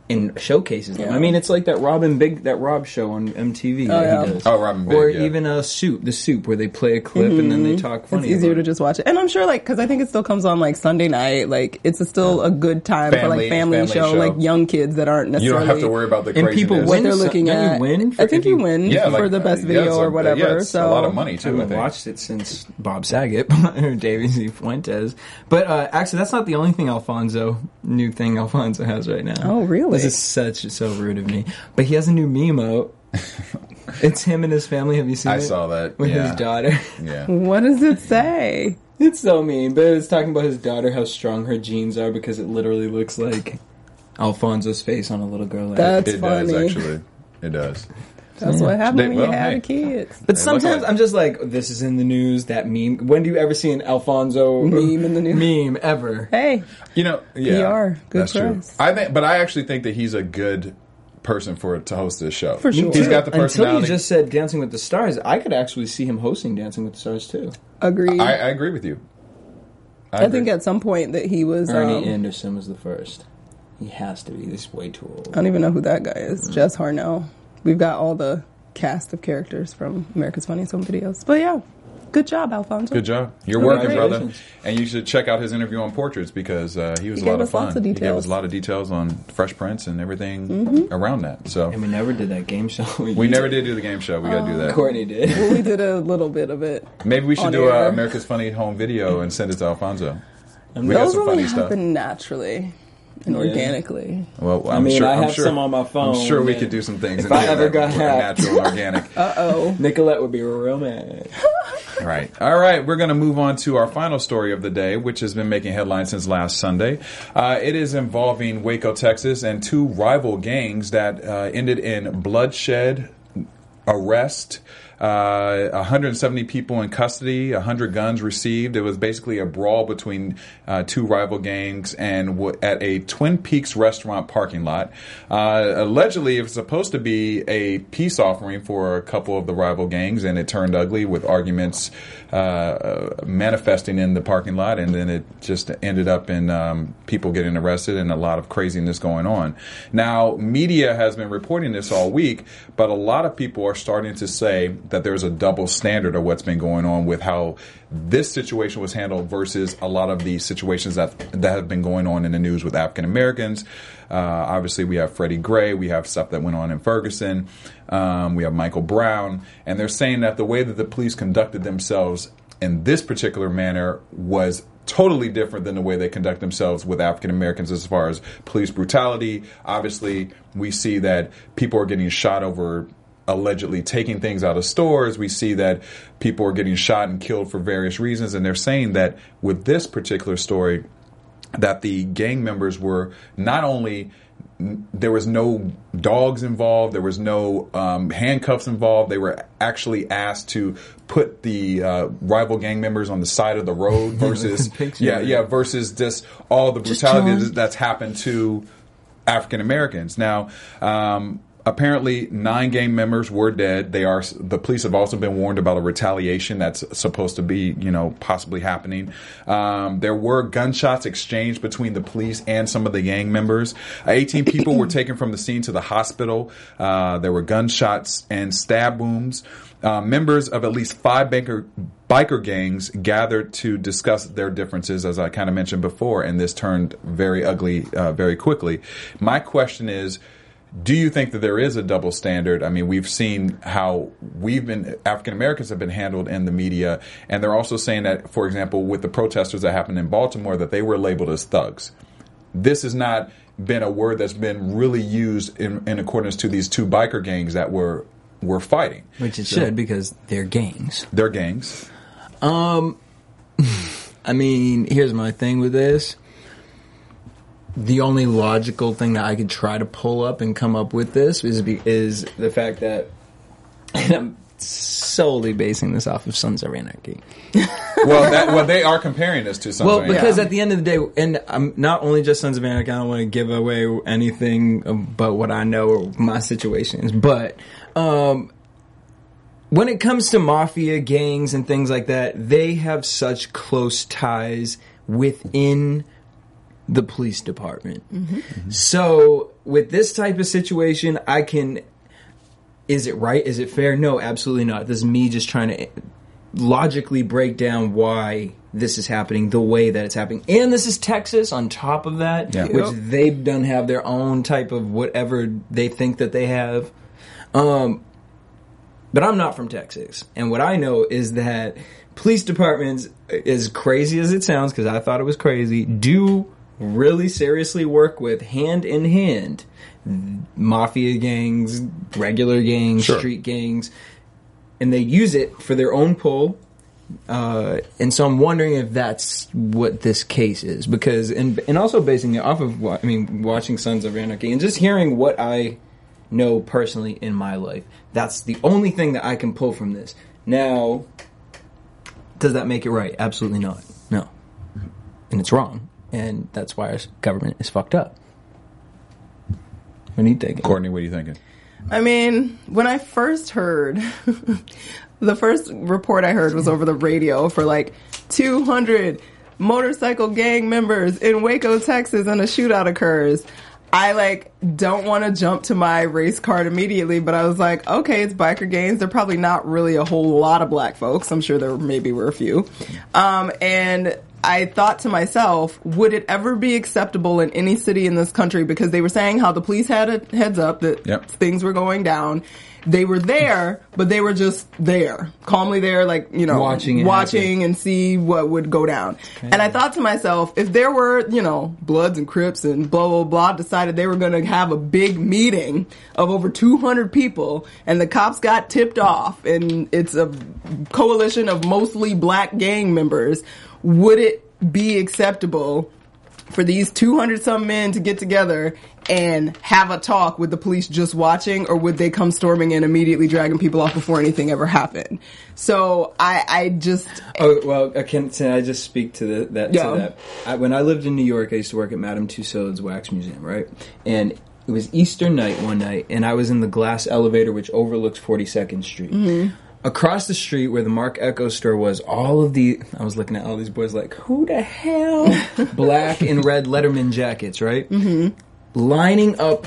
Speaker 6: and showcases them.
Speaker 5: Yeah.
Speaker 6: I mean, it's like that Robin Big, that Rob show on MTV that
Speaker 5: yeah. Mm-hmm.
Speaker 6: he does.
Speaker 4: Oh, Robin Big,
Speaker 6: or
Speaker 4: yeah.
Speaker 6: even a soup, the soup where they play a clip and then they talk
Speaker 5: It's
Speaker 6: funny.
Speaker 5: easier
Speaker 6: about
Speaker 5: to
Speaker 6: it.
Speaker 5: just watch it, and I'm sure like because I think it still comes on like Sunday night. Like it's a still a good time for
Speaker 4: Family-
Speaker 5: like family,
Speaker 4: family
Speaker 5: show,
Speaker 4: show.
Speaker 5: like young kids that aren't
Speaker 4: you
Speaker 5: necessarily
Speaker 4: don't have to worry about the
Speaker 6: And people
Speaker 4: craziness.
Speaker 5: what
Speaker 6: win
Speaker 5: they're
Speaker 6: some-
Speaker 5: looking
Speaker 6: don't you
Speaker 5: at.
Speaker 6: win for
Speaker 5: I think
Speaker 6: if
Speaker 5: you
Speaker 6: you-
Speaker 5: win
Speaker 4: yeah,
Speaker 5: for
Speaker 4: like, uh,
Speaker 5: the best
Speaker 4: yeah,
Speaker 5: video
Speaker 4: it's a-
Speaker 5: or whatever.
Speaker 4: Yeah, it's
Speaker 5: so
Speaker 4: a lot of money too.
Speaker 6: I
Speaker 4: I
Speaker 6: haven't
Speaker 4: think.
Speaker 6: watched it since Bob Saget [LAUGHS] or Daisy Fuentes. But uh, actually, that's not the only thing Alfonso new thing Alfonso has right now.
Speaker 5: Oh, really?
Speaker 6: This is such so rude of me. But he has a new
Speaker 4: [LAUGHS]
Speaker 6: meme out. it's him and his family. Have you seen
Speaker 4: I
Speaker 6: it?
Speaker 4: saw that.
Speaker 6: with
Speaker 4: yeah.
Speaker 6: his daughter. [LAUGHS]
Speaker 4: Yeah.
Speaker 5: What does it say?
Speaker 6: it's so mean, but it's talking about his daughter how strong her genes are because it literally looks like Alfonso's face on a little girl.
Speaker 5: [LAUGHS]
Speaker 6: like-
Speaker 5: That's
Speaker 4: it
Speaker 5: funny.
Speaker 4: does actually. It does.
Speaker 5: That's what happened
Speaker 4: They-
Speaker 5: when
Speaker 4: well,
Speaker 5: you have
Speaker 4: hey.
Speaker 5: kids.
Speaker 6: But
Speaker 4: They look
Speaker 6: sometimes
Speaker 4: like-
Speaker 6: I'm just like, this is in the news. That meme. When do you ever see an Alfonso
Speaker 5: Meme
Speaker 6: [LAUGHS]
Speaker 5: in the news?
Speaker 6: Meme ever?
Speaker 5: Hey,
Speaker 4: You know, yeah,
Speaker 5: PR, good
Speaker 4: that's true.
Speaker 5: press.
Speaker 4: I think, but I actually think that he's a good person for to host this show.
Speaker 5: For sure.
Speaker 4: he's got the
Speaker 6: Until you
Speaker 4: personality.
Speaker 6: just said Dancing with the Stars, I could actually see him hosting Dancing with the Stars too.
Speaker 5: agreed.
Speaker 4: I,
Speaker 5: I,
Speaker 4: I agree with you. agree.
Speaker 5: think at some point that he was. Um,
Speaker 6: Ernie
Speaker 5: I
Speaker 6: Anderson was the first. He has to be. He's way too old.
Speaker 5: don't even know who that guy is. Jess Harnell. We've got all the cast of characters from America's Funniest Home Videos. But yeah, good job, Alfonso.
Speaker 4: Good job. You're working, brother.
Speaker 6: Congratulations.
Speaker 4: And you should check out his interview on Portraits because uh, he was
Speaker 5: He
Speaker 4: a lot of
Speaker 5: gave us
Speaker 4: fun.
Speaker 5: lots of
Speaker 4: he gave us
Speaker 5: details.
Speaker 4: a lot of details on Fresh Prince and everything
Speaker 6: Mm-hmm.
Speaker 4: around that. So
Speaker 6: And we never did that game show. [LAUGHS]
Speaker 4: we never did do the game show. We got to do that.
Speaker 6: Oh, Courtney did. [LAUGHS]
Speaker 5: We did a little bit of it.
Speaker 4: Maybe we should
Speaker 5: on
Speaker 4: do
Speaker 5: air.
Speaker 4: a America's Funny Home video and send it to Alfonso. We got
Speaker 5: Those
Speaker 4: some
Speaker 5: really
Speaker 4: funny
Speaker 5: happen
Speaker 4: stuff.
Speaker 5: naturally and organically.
Speaker 4: Well, I'm
Speaker 6: I mean,
Speaker 4: sure,
Speaker 6: I
Speaker 4: am
Speaker 6: have
Speaker 4: sure,
Speaker 6: some on my phone,
Speaker 4: I'm sure we
Speaker 6: and
Speaker 4: could do some things.
Speaker 6: if
Speaker 4: in
Speaker 6: I
Speaker 4: here
Speaker 6: ever
Speaker 4: that
Speaker 6: got
Speaker 4: were
Speaker 6: hacked.
Speaker 4: natural and
Speaker 6: [LAUGHS]
Speaker 4: organic.
Speaker 5: Uh oh.
Speaker 6: Nicolette would be real mad.
Speaker 4: Right. All right. We're going to move on to our final story of the day, which has been making headlines since last Sunday. Uh, it is involving Waco, Texas, and two rival gangs that uh, ended in bloodshed, arrest, uh, 170 people in custody, 100 guns received. It was basically a brawl between uh, two rival gangs and w- at a Twin Peaks restaurant parking lot. Uh, allegedly, it was supposed to be a peace offering for a couple of the rival gangs, and it turned ugly with arguments uh, uh, manifesting in the parking lot, and then it just ended up in um, people getting arrested and a lot of craziness going on. Now, media has been reporting this all week, but a lot of people are starting to say that there's a double standard of what's been going on with how this situation was handled versus a lot of the situations that that have been going on in the news with African Americans. Uh, obviously, we have Freddie Gray, we have stuff that went on in Ferguson, um, we have Michael Brown, and they're saying that the way that the police conducted themselves in this particular manner was totally different than the way they conduct themselves with African Americans as far as police brutality. Obviously, we see that people are getting shot over allegedly taking things out of stores. We see that people are getting shot and killed for various reasons. And they're saying that with this particular story, that the gang members were not only there was no dogs involved there was no um, handcuffs involved they were actually asked to put the uh, rival gang members on the side of the road versus
Speaker 6: Picture
Speaker 4: yeah
Speaker 6: that.
Speaker 4: yeah versus just all the brutality that's happened to African Americans now um, Apparently, nine gang members were dead. They are. The police have also been warned about a retaliation that's supposed to be, you know, possibly happening. Um, there were gunshots exchanged between the police and some of the gang members. Uh, Eighteen people were taken from the scene to the hospital. Uh, there were gunshots and stab wounds. Uh, members of at least five banker, biker gangs gathered to discuss their differences, as I kind of mentioned before, and this turned very ugly uh, very quickly. My question is. Do you think that there is a double standard? I mean, we've seen how we've been African Americans have been handled in the media, and they're also saying that, for example, with the protesters that happened in Baltimore, that they were labeled as thugs this has not been a word that's been really used in, in accordance to these two biker gangs that were were fighting.
Speaker 6: Which it should because they're gangs.
Speaker 4: They're gangs.
Speaker 6: I mean, here's my thing with this. The only logical thing that I could try to pull up and come up with this is be, is the fact that [LAUGHS] and I'm solely basing this off of Sons of Anarchy.
Speaker 4: Well, that, well, they are comparing this to something.
Speaker 6: Well, because at the end of the day, and I'm not only just Sons of Anarchy. I don't want to give away anything about what I know or my situation is, but um, when it comes to mafia gangs and things like that, they have such close ties within the police department. So with this type of situation, I can. Is it right? Is it fair? No, absolutely not. This is me just trying to logically break down why this is happening the way that it's happening. And this is Texas on top of that,
Speaker 4: Yeah.
Speaker 6: which
Speaker 4: Yep.
Speaker 6: they've done have their own type of whatever they think that they have. Um, but I'm not from Texas. And what I know is that police departments, as crazy as it sounds, because I thought it was crazy, do really seriously work with hand in hand mafia gangs, regular gangs,
Speaker 4: Sure.
Speaker 6: street gangs, and they use it for their own pull. Uh, and so I'm wondering if that's what this case is because, and and also basing it off of what I mean, watching Sons of Anarchy and just hearing what I know personally in my life. That's the only thing that I can pull from this. Now, does that make it right? Absolutely not. No, and it's wrong, and that's why our government is fucked up. What do you think?
Speaker 4: Courtney, what are you thinking?
Speaker 5: I mean, when I first heard, [LAUGHS] the first report I heard was over the radio for like 200 motorcycle gang members in Waco, Texas, and a shootout occurs. I like don't want to jump to my race card immediately, but I was like, okay, it's biker gangs. They're probably not really a whole lot of black folks. I'm sure there maybe were a few. Um, and I thought to myself, would it ever be acceptable in any city in this country? Because they were saying how the police had a heads up that
Speaker 4: Yep.
Speaker 5: things were going down. They were there, but they were just there, calmly there, like you know,
Speaker 6: Watching it
Speaker 5: watching, and see what would go down. And I thought to myself, if there were, you know, Bloods and Crips and blah blah blah, decided they were going to have a big meeting of over 200 people, and the cops got tipped off, and it's a coalition of mostly black gang members, would it be acceptable for these 200 some men to get together and have a talk with the police just watching or would they come storming in immediately dragging people off before anything ever happened so i i just
Speaker 6: Oh well, I can, can I just speak to the, that?
Speaker 5: Yeah.
Speaker 6: To that? I, when I lived in New York, I used to work at Madame Tussauds Wax Museum, right? And it was Easter night one night, and I was in the glass elevator which overlooks Forty Second Street. Across the street where the Mark Echo store was, all of the I was looking at all these boys like, who the hell? Black and red Letterman jackets, right? Mm-hmm. Lining up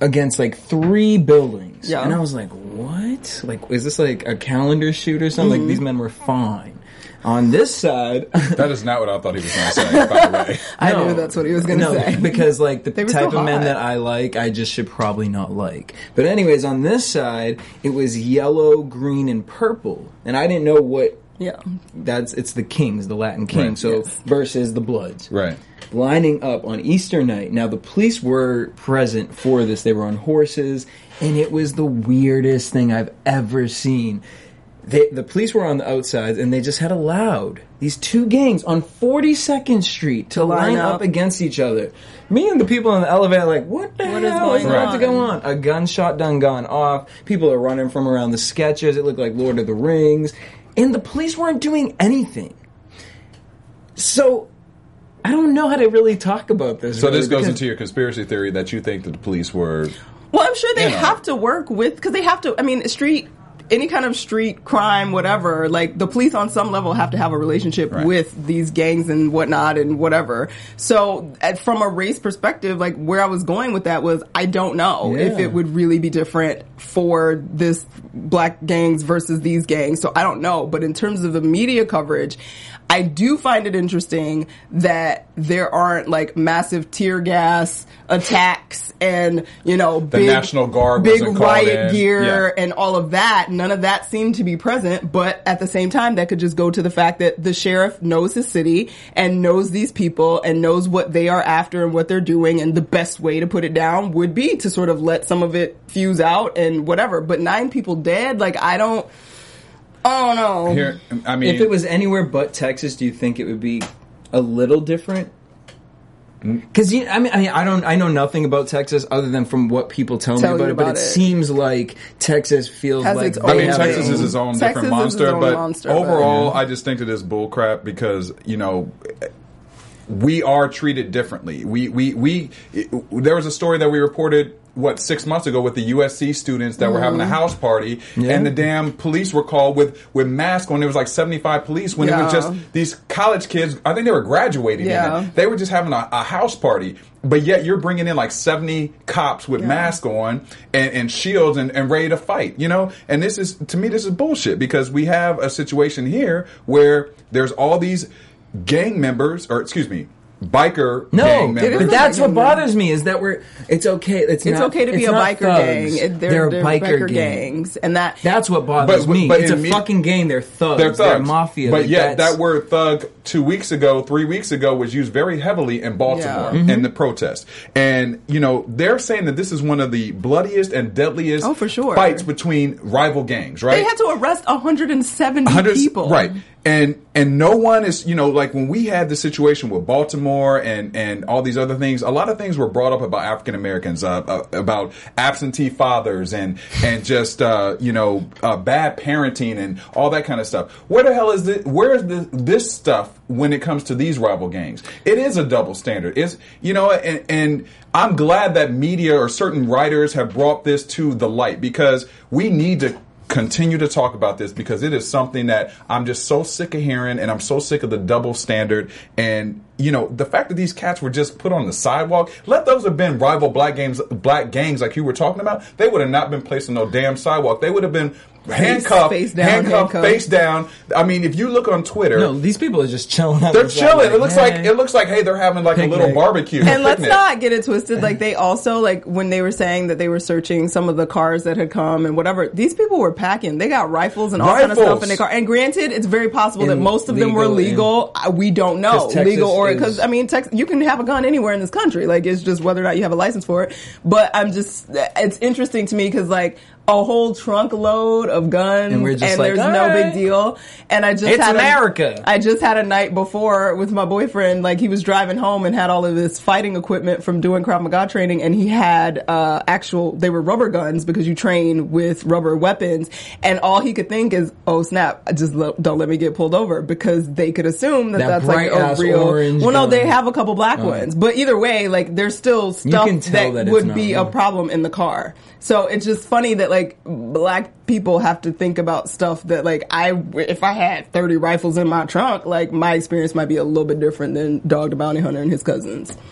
Speaker 6: against like three buildings,
Speaker 5: Yeah.
Speaker 6: and I was like, what? Like, is this like a calendar shoot or something?
Speaker 5: Mm-hmm.
Speaker 6: Like, these men were fine. On this side, [LAUGHS]
Speaker 4: That is not what I thought he was going to say. by the way,
Speaker 5: i knew that's what he was going to
Speaker 6: no,
Speaker 5: say [LAUGHS]
Speaker 6: because like the
Speaker 5: They were
Speaker 6: type
Speaker 5: so
Speaker 6: of men
Speaker 5: hot.
Speaker 6: that I like, I just should probably not like. But anyways, on this side, it was yellow, green, and purple, and I didn't know what
Speaker 5: yeah
Speaker 6: that's. It's the Kings, the Latin King.
Speaker 4: Right.
Speaker 6: So versus the Bloods,
Speaker 4: right?
Speaker 6: lining up on Easter night. Now, the police were present for this. They were on horses, and it was the weirdest thing I've ever seen. They, the police were on the outsides, and they just had allowed these two gangs on 42nd Street to line,
Speaker 5: line
Speaker 6: up.
Speaker 5: up.
Speaker 6: against each other. Me and the people in the elevator, like, what the
Speaker 5: What is
Speaker 6: hell is
Speaker 5: going
Speaker 6: about to
Speaker 5: on?
Speaker 6: go on? A gunshot done gone off. People are running from around the sketches. It looked like Lord of the Rings, and the police weren't doing anything. So I don't know how to really talk about this.
Speaker 4: So
Speaker 6: really,
Speaker 4: this goes
Speaker 6: because-
Speaker 4: into your conspiracy theory that you think that the police were
Speaker 5: well i'm sure they
Speaker 4: You know.
Speaker 5: have to work with because they have to. I mean, street any kind of street crime, whatever. Like the police on some level have to have a relationship
Speaker 4: Right.
Speaker 5: with these gangs and whatnot and whatever. So at, from a race perspective, like where I was going with that was I don't know if
Speaker 6: Yeah.
Speaker 5: it would really be different for this black gangs versus these gangs. So I don't know. But in terms of the media coverage, I do find it interesting that there aren't like massive tear gas attacks and, you know, the
Speaker 4: National Guard
Speaker 5: big
Speaker 4: wasn't called
Speaker 5: riot
Speaker 4: in.
Speaker 5: gear
Speaker 4: Yeah.
Speaker 5: and all of that. None of that seemed to be present. But at the same time, that could just go to the fact that the sheriff knows his city and knows these people and knows what they are after and what they're doing. And the best way to put it down would be to sort of let some of it fuse out and whatever. But nine people dead, like I don't, I don't know.
Speaker 4: Here, I mean,
Speaker 6: If it was anywhere but Texas, do you think it would be a little different?
Speaker 4: Hmm?
Speaker 6: Because you, I mean, I mean, I don't, I know nothing about Texas other than from what people tell,
Speaker 5: Tell
Speaker 6: me about
Speaker 5: you
Speaker 6: it. But
Speaker 5: about
Speaker 6: it,
Speaker 5: it.
Speaker 6: seems like Texas feels
Speaker 5: Has
Speaker 6: like
Speaker 5: its
Speaker 6: they
Speaker 5: own
Speaker 4: I mean,
Speaker 6: have
Speaker 4: Texas
Speaker 6: their
Speaker 4: is its own
Speaker 5: Texas
Speaker 4: different
Speaker 5: is its
Speaker 4: monster,
Speaker 5: own
Speaker 4: but
Speaker 5: monster, but-
Speaker 4: overall, I just think that it's bullcrap because you know we are treated differently. We we we it- there was a story that we reported what six months ago with the USC students that were having a
Speaker 5: Mm-hmm.
Speaker 4: house party,
Speaker 6: Yeah.
Speaker 4: and the damn police were called with with masks on. There was like seventy five police when it was
Speaker 5: Yeah.
Speaker 4: just these college kids. I think they were graduating. in it.
Speaker 5: Yeah.
Speaker 4: they were just having a, a house party. But yet you're bringing in like seventy cops with masks on and, and shields and, and ready to fight. You know, and this is to me this is bullshit because we have a situation here where there's all these gang members, or excuse me, biker
Speaker 6: No,
Speaker 4: gang members.
Speaker 6: but
Speaker 5: members.
Speaker 6: that's
Speaker 5: It is a
Speaker 6: what bothers me is that we're. It's okay. It's,
Speaker 5: It's
Speaker 6: not-
Speaker 5: okay to be
Speaker 6: it's
Speaker 5: a
Speaker 6: not
Speaker 5: biker
Speaker 6: thugs.
Speaker 5: gang. It- They're,
Speaker 6: They're,
Speaker 5: they're
Speaker 6: biker, gang.
Speaker 5: gangs, and that
Speaker 6: That's what bothers
Speaker 4: But-
Speaker 6: me.
Speaker 4: but
Speaker 6: it's a
Speaker 4: in me-
Speaker 6: fucking gang. They're thugs.
Speaker 4: they're thugs.
Speaker 6: mafia.
Speaker 4: But
Speaker 6: Like,
Speaker 4: yet,
Speaker 6: that's-
Speaker 4: that word thug two weeks ago, three weeks ago, was used very heavily in Baltimore
Speaker 5: Yeah.
Speaker 4: in the protest. And, you know, they're saying that this is one of the bloodiest and deadliest
Speaker 5: Oh, for sure.
Speaker 4: fights between rival gangs, right?
Speaker 5: they had to arrest 170
Speaker 4: hundreds-
Speaker 5: people.
Speaker 4: right? And and no one is, you know, like when we had the situation with Baltimore and and all these other things, a lot of things were brought up about African Americans, uh, uh, about absentee fathers and and just uh, you know uh, bad parenting and all that kind of stuff. Where the hell is this? Where is this, this stuff when it comes to these rival gangs? It is a double standard. It's you know, and and I'm glad that media or certain writers have brought this to the light because we need to continue to talk about this because it is something that I'm just so sick of hearing and I'm so sick of the double standard and you know the fact that these cats were just put on the sidewalk let those have been rival black games black gangs like you were talking about they would have not been placed on no damn sidewalk they would have been handcuffed
Speaker 5: face down,
Speaker 4: handcuffed,
Speaker 5: handcuffed.
Speaker 4: face down I mean if you look on Twitter
Speaker 6: no, these people are just chilling. out.
Speaker 4: they're
Speaker 6: It's
Speaker 4: chilling it looks like
Speaker 6: hey.
Speaker 4: it looks like hey they're having like a little
Speaker 6: Picnic.
Speaker 4: barbecue
Speaker 5: And let's
Speaker 4: picnic.
Speaker 5: not get it twisted. Like they also like when they were saying that they were searching some of the cars that had come and whatever. These people were packing. They got rifles and all kind of stuff
Speaker 4: Rifles.
Speaker 5: in their car. And granted, it's very possible that
Speaker 6: And
Speaker 5: most of them were
Speaker 6: legal
Speaker 5: legal. I- we don't know
Speaker 6: 'Cause Texas
Speaker 5: legal or
Speaker 6: is-
Speaker 5: because I mean, Texas, you can have a gun anywhere in this country. Like it's just whether or not you have a license for it. But I'm just, it's interesting to me because like. A whole trunk load of guns,
Speaker 6: And we're just like,
Speaker 5: there's
Speaker 6: "All
Speaker 5: no
Speaker 6: right."
Speaker 5: big deal. And I just
Speaker 6: It's
Speaker 5: had a-
Speaker 6: America.
Speaker 5: I just had a night before with my boyfriend. Like he was driving home and had all of his fighting equipment from doing Krav Maga training, and he had uh, actual. They were rubber guns because you train with rubber weapons, and all he could think is, "Oh snap! I Just lo- don't let me get pulled over," because they could assume that,
Speaker 6: That
Speaker 5: that's like a
Speaker 6: bright-ass
Speaker 5: real.
Speaker 6: orange
Speaker 5: Well, no,
Speaker 6: gun.
Speaker 5: they have a couple black ones, but either way, like there's still stuff
Speaker 6: can
Speaker 5: that,
Speaker 6: tell that it's
Speaker 5: would
Speaker 6: not
Speaker 5: be a
Speaker 6: real.
Speaker 5: problem in the car. So it's just funny that like black people have to think about stuff that like I if I had 30 rifles in my trunk, like my experience might be a little bit different than Dog the Bounty Hunter and his cousins.
Speaker 4: [LAUGHS]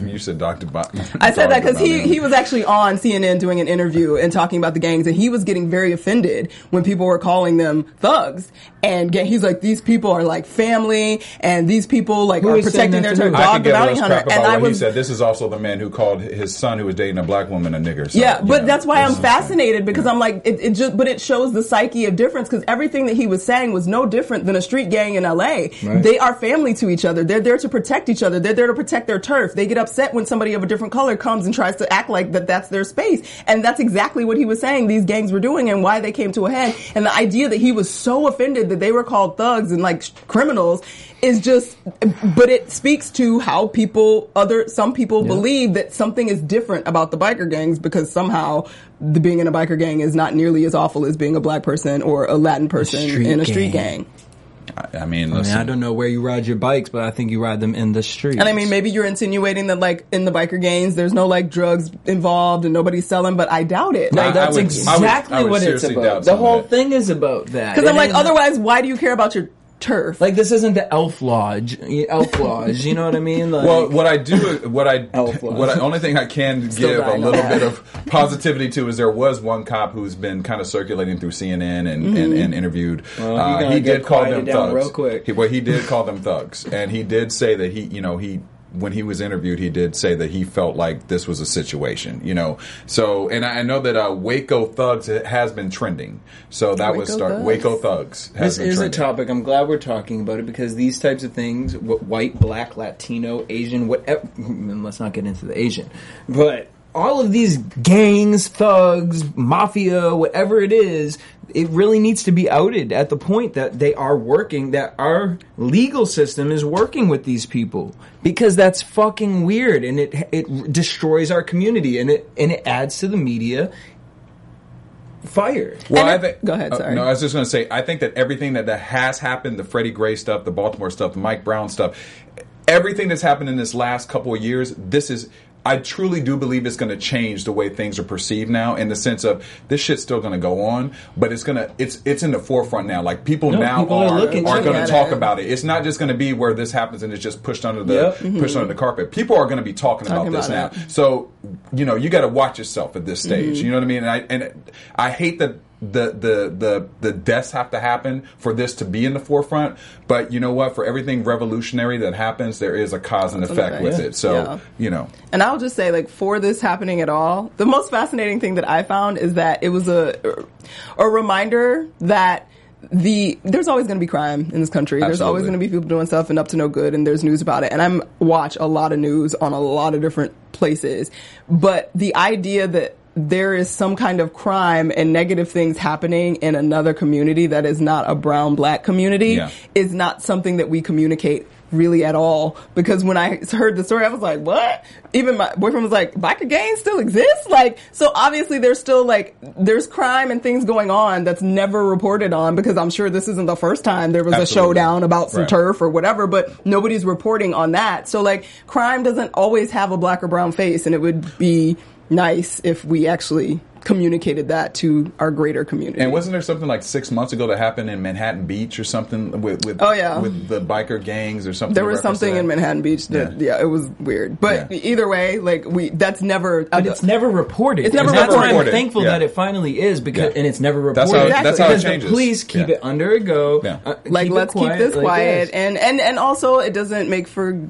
Speaker 4: you said Dr. Bot
Speaker 5: I said that because he, he was actually on CNN doing an interview and talking about the gangs, and he was getting very offended when people were calling them thugs. And ga- he's like, these people are like family, and these people like
Speaker 6: Who
Speaker 5: are
Speaker 6: is saying
Speaker 5: protecting
Speaker 6: that
Speaker 5: their
Speaker 6: to
Speaker 5: turf.
Speaker 6: who?
Speaker 4: I
Speaker 5: Dog
Speaker 4: could
Speaker 5: the
Speaker 4: give
Speaker 5: bounty
Speaker 4: less
Speaker 5: hunter,
Speaker 4: crap about
Speaker 5: and I
Speaker 4: what he
Speaker 5: was.
Speaker 4: said. This is also the man who called his son who was dating a black woman a nigger. So,
Speaker 5: Yeah,
Speaker 4: you
Speaker 5: but
Speaker 4: know,
Speaker 5: that's why I'm
Speaker 4: this is-
Speaker 5: fascinated because I'm like, it, it just, but it shows the psyche of difference because everything that he was saying was no different than a street gang in LA. They are family to each other. They're there to protect each other. They're there to protect their turf. They get upset when somebody of a different color comes and tries to act like that that's their space. And that's exactly what he was saying these gangs were doing and why they came to a head. And the idea that he was so offended that they were called thugs and like criminals is just, but it speaks to how people, other, some people believe that something is different about the biker gangs because somehow the being in a biker gang is not nearly as awful as being a black person or a Latin person
Speaker 6: street
Speaker 5: in a street
Speaker 6: gang.
Speaker 5: gang.
Speaker 4: I, I mean,
Speaker 6: I mean,
Speaker 4: listen,
Speaker 6: I don't know where you ride your bikes, but I think you ride them in the street.
Speaker 5: And I mean, maybe you're insinuating that like in the biker gangs, there's no like drugs involved and nobody's selling, but I doubt it.
Speaker 4: No,
Speaker 5: Like,
Speaker 4: that-
Speaker 7: That's
Speaker 4: I would- I would-
Speaker 7: exactly
Speaker 4: I would
Speaker 7: what it's
Speaker 4: seriously
Speaker 7: about.
Speaker 4: doubt
Speaker 7: The
Speaker 4: some of
Speaker 7: whole
Speaker 4: that.
Speaker 7: thing is about that.
Speaker 5: Cause I'm
Speaker 7: It
Speaker 5: like,
Speaker 7: ain't-
Speaker 5: otherwise, why do you care about your turf?
Speaker 6: like this isn't the elf lodge, elf lodge. You know what I mean? Like,
Speaker 4: Well, what I do, what I,
Speaker 7: Elf was.
Speaker 4: what I, only thing I can give a
Speaker 7: dying
Speaker 4: little
Speaker 7: on that.
Speaker 4: bit of positivity to is there was one cop who's been kind of circulating through CNN and, and, and interviewed. uh,
Speaker 7: you're gonna
Speaker 4: he
Speaker 7: get
Speaker 4: did call them
Speaker 7: quieted down
Speaker 4: thugs.
Speaker 7: real quick.
Speaker 4: He, well, he did call them thugs, and he did say that he, you know, he. When he was interviewed, he did say that he felt like this was a situation, you know. So, and I I know that uh, Waco Thugs has been trending. So that was
Speaker 5: Waco
Speaker 4: start.
Speaker 5: Thugs?
Speaker 4: Waco Thugs. Has
Speaker 6: This
Speaker 4: been
Speaker 6: is a
Speaker 4: trending.
Speaker 6: topic. I'm glad we're talking about it because these types of things, wh- white, black, Latino, Asian, whatever. And let's not get into the Asian, but all of these gangs, thugs, mafia, whatever it is, it really needs to be outed at the point that they are working. That our legal system is working with these people because that's fucking weird, and it it destroys our community, and it and it adds to the media fire.
Speaker 4: Well, I
Speaker 5: And it-
Speaker 4: think.
Speaker 5: go ahead,
Speaker 4: uh,
Speaker 5: sorry.
Speaker 4: no, I was just going to say. I think that everything that, that has happened, the Freddie Gray stuff, the Baltimore stuff, the Mike Brown stuff, everything that's happened in this last couple of years, this is. I truly do believe it's going to change the way things are perceived now, in the sense of this shit's still going to go on, but it's going to it's it's in the forefront now. Like people now
Speaker 6: people are
Speaker 4: are are,
Speaker 6: looking
Speaker 4: going to
Speaker 5: at
Speaker 4: talk
Speaker 5: it.
Speaker 4: about it. It's not just going to be where this happens and it's just pushed under the
Speaker 6: Yep.
Speaker 4: pushed under the carpet. People are going to be talking,
Speaker 5: Mm-hmm. Talking
Speaker 4: about this
Speaker 5: about Mm-hmm.
Speaker 4: now.
Speaker 5: it.
Speaker 4: So you know, you got to watch yourself at this stage. You know what I mean? And I and I hate that the the the the deaths have to happen for this to be in the forefront. But you know what? For everything revolutionary that happens, there is a cause and effect
Speaker 5: effect.
Speaker 4: with
Speaker 5: Yeah.
Speaker 4: it. So
Speaker 5: Yeah.
Speaker 4: you know,
Speaker 5: And I'll just say, like, for this happening at all, the most fascinating thing that I found is that it was a a reminder that the there's always going to be crime in this country. There's always
Speaker 4: Absolutely.
Speaker 5: going to be people doing stuff and up to no good, and there's news about it. And I'm watch a lot of news on a lot of different places, but the idea that there is some kind of crime and negative things happening in another community that is not a brown black community
Speaker 4: Yeah.
Speaker 5: is not something that we communicate really at all because when I heard the story, I was like, what? Even my boyfriend was like, biker gangs still exist? Like, so obviously there's still like, there's crime and things going on that's never reported on because I'm sure this isn't the first time there was
Speaker 4: Absolutely.
Speaker 5: a showdown about some
Speaker 4: Right.
Speaker 5: turf or whatever, but nobody's reporting on that. So like, crime doesn't always have a black or brown face and it would be nice if we actually communicated that to our greater community.
Speaker 4: and wasn't there something like six months ago that happened in Manhattan Beach or something with with
Speaker 5: Oh, yeah.
Speaker 4: with the biker gangs or something?
Speaker 5: There
Speaker 4: in
Speaker 5: was
Speaker 4: reference to
Speaker 5: something
Speaker 4: that?
Speaker 5: in Manhattan Beach that yeah, it was weird. But
Speaker 4: Yeah.
Speaker 5: either way, like we that's never uh,
Speaker 6: But it's never reported.
Speaker 5: It's never
Speaker 6: And that's why
Speaker 5: reported.
Speaker 6: I'm thankful
Speaker 4: Yeah.
Speaker 6: that it finally is because,
Speaker 4: Yeah.
Speaker 6: and it's never reported.
Speaker 4: That's how-
Speaker 5: that's how it
Speaker 6: because
Speaker 4: changes.
Speaker 6: The police keep
Speaker 4: Yeah.
Speaker 6: it under a go. Uh,
Speaker 4: Yeah.
Speaker 5: like
Speaker 6: keep it
Speaker 5: let's
Speaker 6: quiet
Speaker 5: keep this
Speaker 6: like
Speaker 5: quiet
Speaker 6: this.
Speaker 5: and and and also it doesn't make for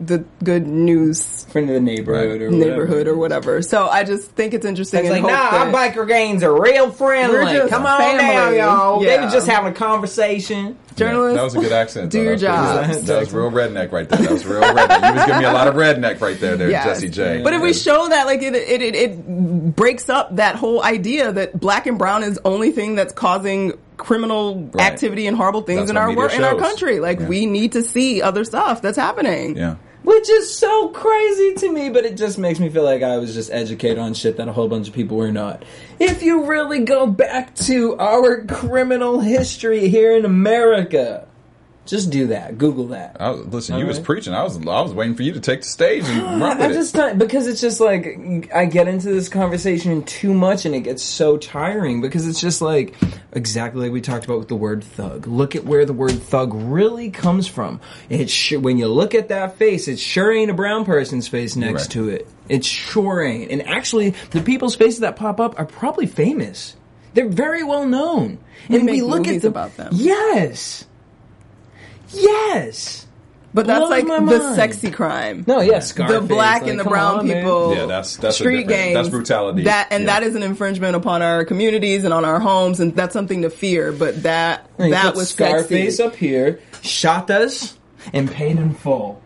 Speaker 5: the good news
Speaker 6: friend of the neighborhood or
Speaker 5: neighborhood or whatever. So I just think it's interesting
Speaker 7: It's
Speaker 5: and
Speaker 7: like,
Speaker 5: hope
Speaker 7: nah, our
Speaker 5: that-
Speaker 7: biker gangs are real friendly.
Speaker 5: just
Speaker 7: Come on
Speaker 5: family.
Speaker 7: now, y'all. They
Speaker 5: Yeah.
Speaker 7: were just having a conversation.
Speaker 4: Yeah,
Speaker 5: journalists.
Speaker 4: that was a good accent.
Speaker 5: Do
Speaker 4: though.
Speaker 5: your
Speaker 4: That was
Speaker 5: job.
Speaker 4: pretty- That was real redneck right there. That was
Speaker 5: [LAUGHS]
Speaker 4: real redneck. You was giving me a lot of redneck right there, there,
Speaker 5: Yes.
Speaker 4: Jesse J.
Speaker 5: But if we show that, like, it, it, it, it breaks up that whole idea that black and brown is the only thing that's causing criminal
Speaker 4: Right.
Speaker 5: activity and horrible things
Speaker 4: That's
Speaker 5: in
Speaker 4: what
Speaker 5: our
Speaker 4: media
Speaker 5: wor- in our
Speaker 4: shows.
Speaker 5: country. Like,
Speaker 4: Yeah.
Speaker 5: we need to see other stuff that's happening.
Speaker 4: yeah.
Speaker 6: Which is so crazy to me, but it just makes me feel like I was just educated on shit that a whole bunch of people were not. If you really go back to our criminal history here in America, just do that. Google that.
Speaker 4: I was, listen, you was
Speaker 6: right.
Speaker 4: preaching. I was I was waiting for you to take the stage and run with
Speaker 6: I just don't, because it's just like I get into this conversation too much and it gets so tiring because it's just like exactly like we talked about with the word thug. Look at where the word thug really comes from. It sure, when you look at that face, it sure ain't a brown person's face next
Speaker 4: Right.
Speaker 6: to it. It sure ain't. And actually, the people's faces that pop up are probably famous. They're very well known. and
Speaker 5: make
Speaker 6: we look at
Speaker 5: movies
Speaker 6: them.
Speaker 5: about them.
Speaker 6: Yes. Yes.
Speaker 5: But that's
Speaker 6: Blows
Speaker 5: like
Speaker 6: my
Speaker 5: the
Speaker 6: mind.
Speaker 5: sexy crime.
Speaker 6: No, yes, Scarface,
Speaker 5: the black
Speaker 6: like,
Speaker 5: and the
Speaker 6: come
Speaker 5: brown
Speaker 6: on, man.
Speaker 5: people.
Speaker 4: Yeah, that's- that's a
Speaker 5: street
Speaker 4: different-
Speaker 5: gangs.
Speaker 4: that's brutality.
Speaker 5: That and
Speaker 4: Yeah.
Speaker 5: that is an infringement upon our communities and on our homes, and that's something to fear. But that
Speaker 6: And he
Speaker 5: that
Speaker 6: put
Speaker 5: was
Speaker 6: Scarface
Speaker 5: sexy.
Speaker 6: up here, shot us, and paid in full.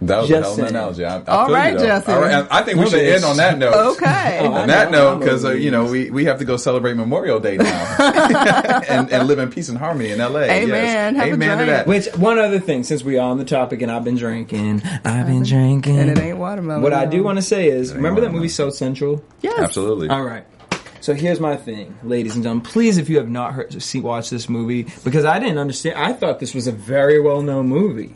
Speaker 4: That was a
Speaker 6: Just
Speaker 4: hell of an
Speaker 6: saying.
Speaker 4: analogy. I, I
Speaker 5: All
Speaker 4: feel
Speaker 5: right,
Speaker 4: you, though.
Speaker 5: Jesse.
Speaker 4: All right, and I think we
Speaker 6: Well,
Speaker 4: should
Speaker 6: but
Speaker 4: end on that note.
Speaker 5: Okay.
Speaker 6: Oh, I
Speaker 4: On that
Speaker 6: know,
Speaker 4: note, because uh, you know we, we have to go celebrate Memorial Day
Speaker 5: [LAUGHS]
Speaker 4: now and, and live in peace and harmony in L.A.
Speaker 5: Amen.
Speaker 4: Yes.
Speaker 5: Have a
Speaker 4: Amen to
Speaker 5: drink.
Speaker 4: that.
Speaker 6: Which one other thing, since we are on the topic, and I've been drinking, I've been drinking,
Speaker 5: and it ain't watermelon.
Speaker 6: What I do want to say is, remember that
Speaker 4: watermelon.
Speaker 6: movie South Central?
Speaker 5: Yes.
Speaker 4: Absolutely.
Speaker 6: All right. So here's my thing, ladies and gentlemen. Please, if you have not heard, see, watch this movie because I didn't understand. I thought this was a very well known movie.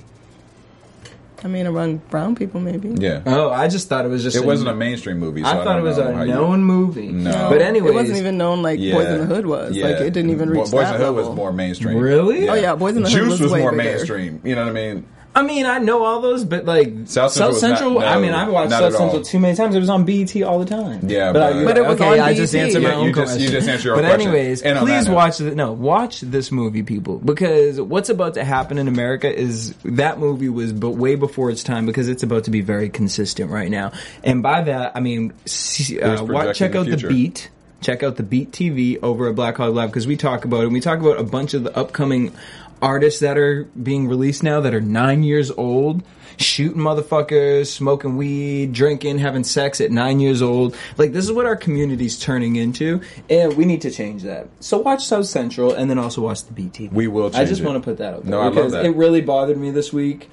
Speaker 5: I mean, around brown people, maybe.
Speaker 4: Yeah.
Speaker 6: Oh, I just thought it was just.
Speaker 4: it
Speaker 6: a-
Speaker 4: wasn't a mainstream movie. So I,
Speaker 6: I thought
Speaker 4: don't
Speaker 6: it was
Speaker 4: know
Speaker 6: a
Speaker 4: how you-
Speaker 6: known movie.
Speaker 4: No.
Speaker 6: but anyway,
Speaker 5: Oh. It wasn't even known like Boys in the Hood was. Like it didn't even
Speaker 4: Bo- Boys
Speaker 5: reach that
Speaker 4: in the Hood
Speaker 5: level.
Speaker 4: was more mainstream.
Speaker 6: Really?
Speaker 5: Oh, yeah, Boys in the Hood
Speaker 4: Juice
Speaker 5: was way
Speaker 4: more
Speaker 5: bigger.
Speaker 4: mainstream. You know what I mean?
Speaker 6: I mean, I know all those, but like
Speaker 4: South Central was
Speaker 6: Central,
Speaker 4: not-
Speaker 6: I
Speaker 4: no,
Speaker 6: mean, I've watched
Speaker 4: not
Speaker 6: South
Speaker 4: at all.
Speaker 6: Central too many times. It was on BT all the time.
Speaker 4: Yeah,
Speaker 6: but,
Speaker 4: but-
Speaker 6: I,
Speaker 4: But
Speaker 5: it was
Speaker 6: okay,
Speaker 5: on E
Speaker 6: I just
Speaker 5: BET.
Speaker 6: answered my
Speaker 5: Yeah,
Speaker 6: own
Speaker 4: you just-
Speaker 6: question.
Speaker 4: you just answered your
Speaker 6: but
Speaker 4: own question.
Speaker 6: anyways,
Speaker 4: And on
Speaker 6: please
Speaker 4: that note-
Speaker 6: watch the no, watch this movie, people, because what's about to happen in America is that movie was but way before its time because it's about to be very consistent right now. And by that, I mean see,
Speaker 4: was
Speaker 6: uh, watch,
Speaker 4: projecting
Speaker 6: check
Speaker 4: the
Speaker 6: out the
Speaker 4: future.
Speaker 6: beat. Beat. Check out the Beat TV over at Black Hog Live because we talk about it. And we talk about a bunch of the upcoming artists that are being released now that are nine years old, shooting motherfuckers, smoking weed, drinking, having sex at nine years old. Like this is what our community's turning into, and we need to change that. So watch South Central and then also watch the BT.
Speaker 4: We will
Speaker 6: I
Speaker 4: change
Speaker 6: just
Speaker 4: it.
Speaker 6: want to put that out. There
Speaker 4: No, I love
Speaker 6: because
Speaker 4: that.
Speaker 6: It really bothered me this week.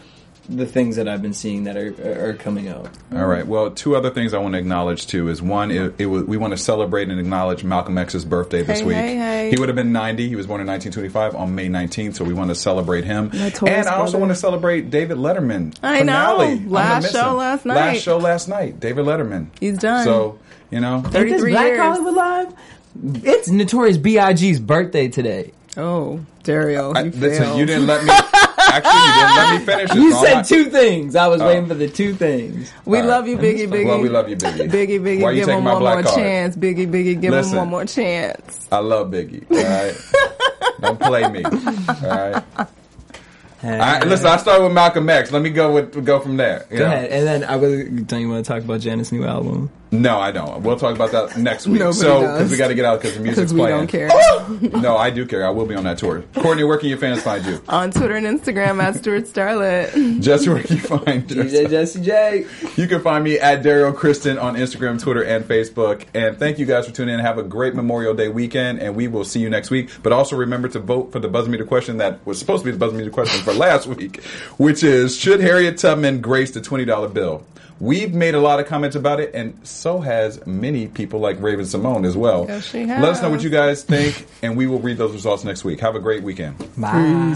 Speaker 6: The things that I've been seeing that are are, are coming out.
Speaker 4: All right. Well, two other things I want to acknowledge too is one, it, it was, we want to celebrate and acknowledge Malcolm X's birthday this
Speaker 5: Hey,
Speaker 4: week.
Speaker 5: hey, hey.
Speaker 4: He would have been 90. He was born in 1925 on May 19th, so we want to celebrate him.
Speaker 5: Notorious
Speaker 4: and I also
Speaker 5: brother.
Speaker 4: want to celebrate David Letterman.
Speaker 5: I
Speaker 4: finale.
Speaker 5: know.
Speaker 4: I'm gonna
Speaker 5: Last
Speaker 4: miss
Speaker 5: show
Speaker 4: him.
Speaker 5: last
Speaker 4: Last
Speaker 5: night.
Speaker 4: show last night. David Letterman.
Speaker 5: He's done.
Speaker 4: So you know,
Speaker 6: Ain't this
Speaker 5: 33
Speaker 6: Black
Speaker 5: years.
Speaker 6: Hollywood Live? It's Notorious B.I.G.'s birthday today.
Speaker 5: Oh, Dario,
Speaker 4: I,
Speaker 5: you
Speaker 4: listen,
Speaker 5: failed.
Speaker 4: you didn't let me. Actually, you didn't let me finish. it, Oh.
Speaker 6: You
Speaker 4: so I'm
Speaker 6: said
Speaker 4: not-
Speaker 6: two things. I was waiting for the two things.
Speaker 5: we
Speaker 4: All right.
Speaker 5: love you, Biggie, Biggie.
Speaker 4: Well, we love you, Biggie.
Speaker 5: Biggie, Biggie,
Speaker 4: Why you
Speaker 5: give
Speaker 4: taking
Speaker 5: him
Speaker 4: my
Speaker 5: one
Speaker 4: black
Speaker 5: more
Speaker 4: card?
Speaker 5: chance. Biggie, Biggie, give
Speaker 4: Listen.
Speaker 5: him one more chance.
Speaker 4: I love Biggie. All right,
Speaker 5: [LAUGHS]
Speaker 4: don't play me. All right. I, listen, I started with Malcolm X. Let me go with go from there. you
Speaker 6: Go
Speaker 4: know?
Speaker 6: ahead. And then I was. Don't you want to talk about Janet's new album?
Speaker 4: No, I don't. We'll talk about that next week.
Speaker 5: Nobody
Speaker 4: so
Speaker 5: does.
Speaker 4: because we got to get out because the music's
Speaker 5: Because we
Speaker 4: playing. [LAUGHS]
Speaker 5: don't care.
Speaker 4: No, I do care. I will be on that tour. Courtney, where can your fans find
Speaker 5: [LAUGHS]
Speaker 4: you?
Speaker 5: On Twitter and Instagram at Stuart Starlet.
Speaker 4: Just where can you find yourself?
Speaker 6: DJ Jesse E J.
Speaker 4: You can find me at Daryl Kristen on Instagram, Twitter, and Facebook. And thank you guys for tuning in. Have a great Memorial Day weekend, and we will see you next week. But also remember to vote for the buzz meter question that was supposed to be the buzz meter question for [LAUGHS] last week, which is Should Harriet Tubman grace the $20 bill? We've made a lot of comments about it, and so has many people like Raven Simone as well.
Speaker 5: Yes, she
Speaker 4: Let us know
Speaker 5: has.
Speaker 4: what you guys think, and we will read those results next week. Have a great weekend.
Speaker 6: Bye.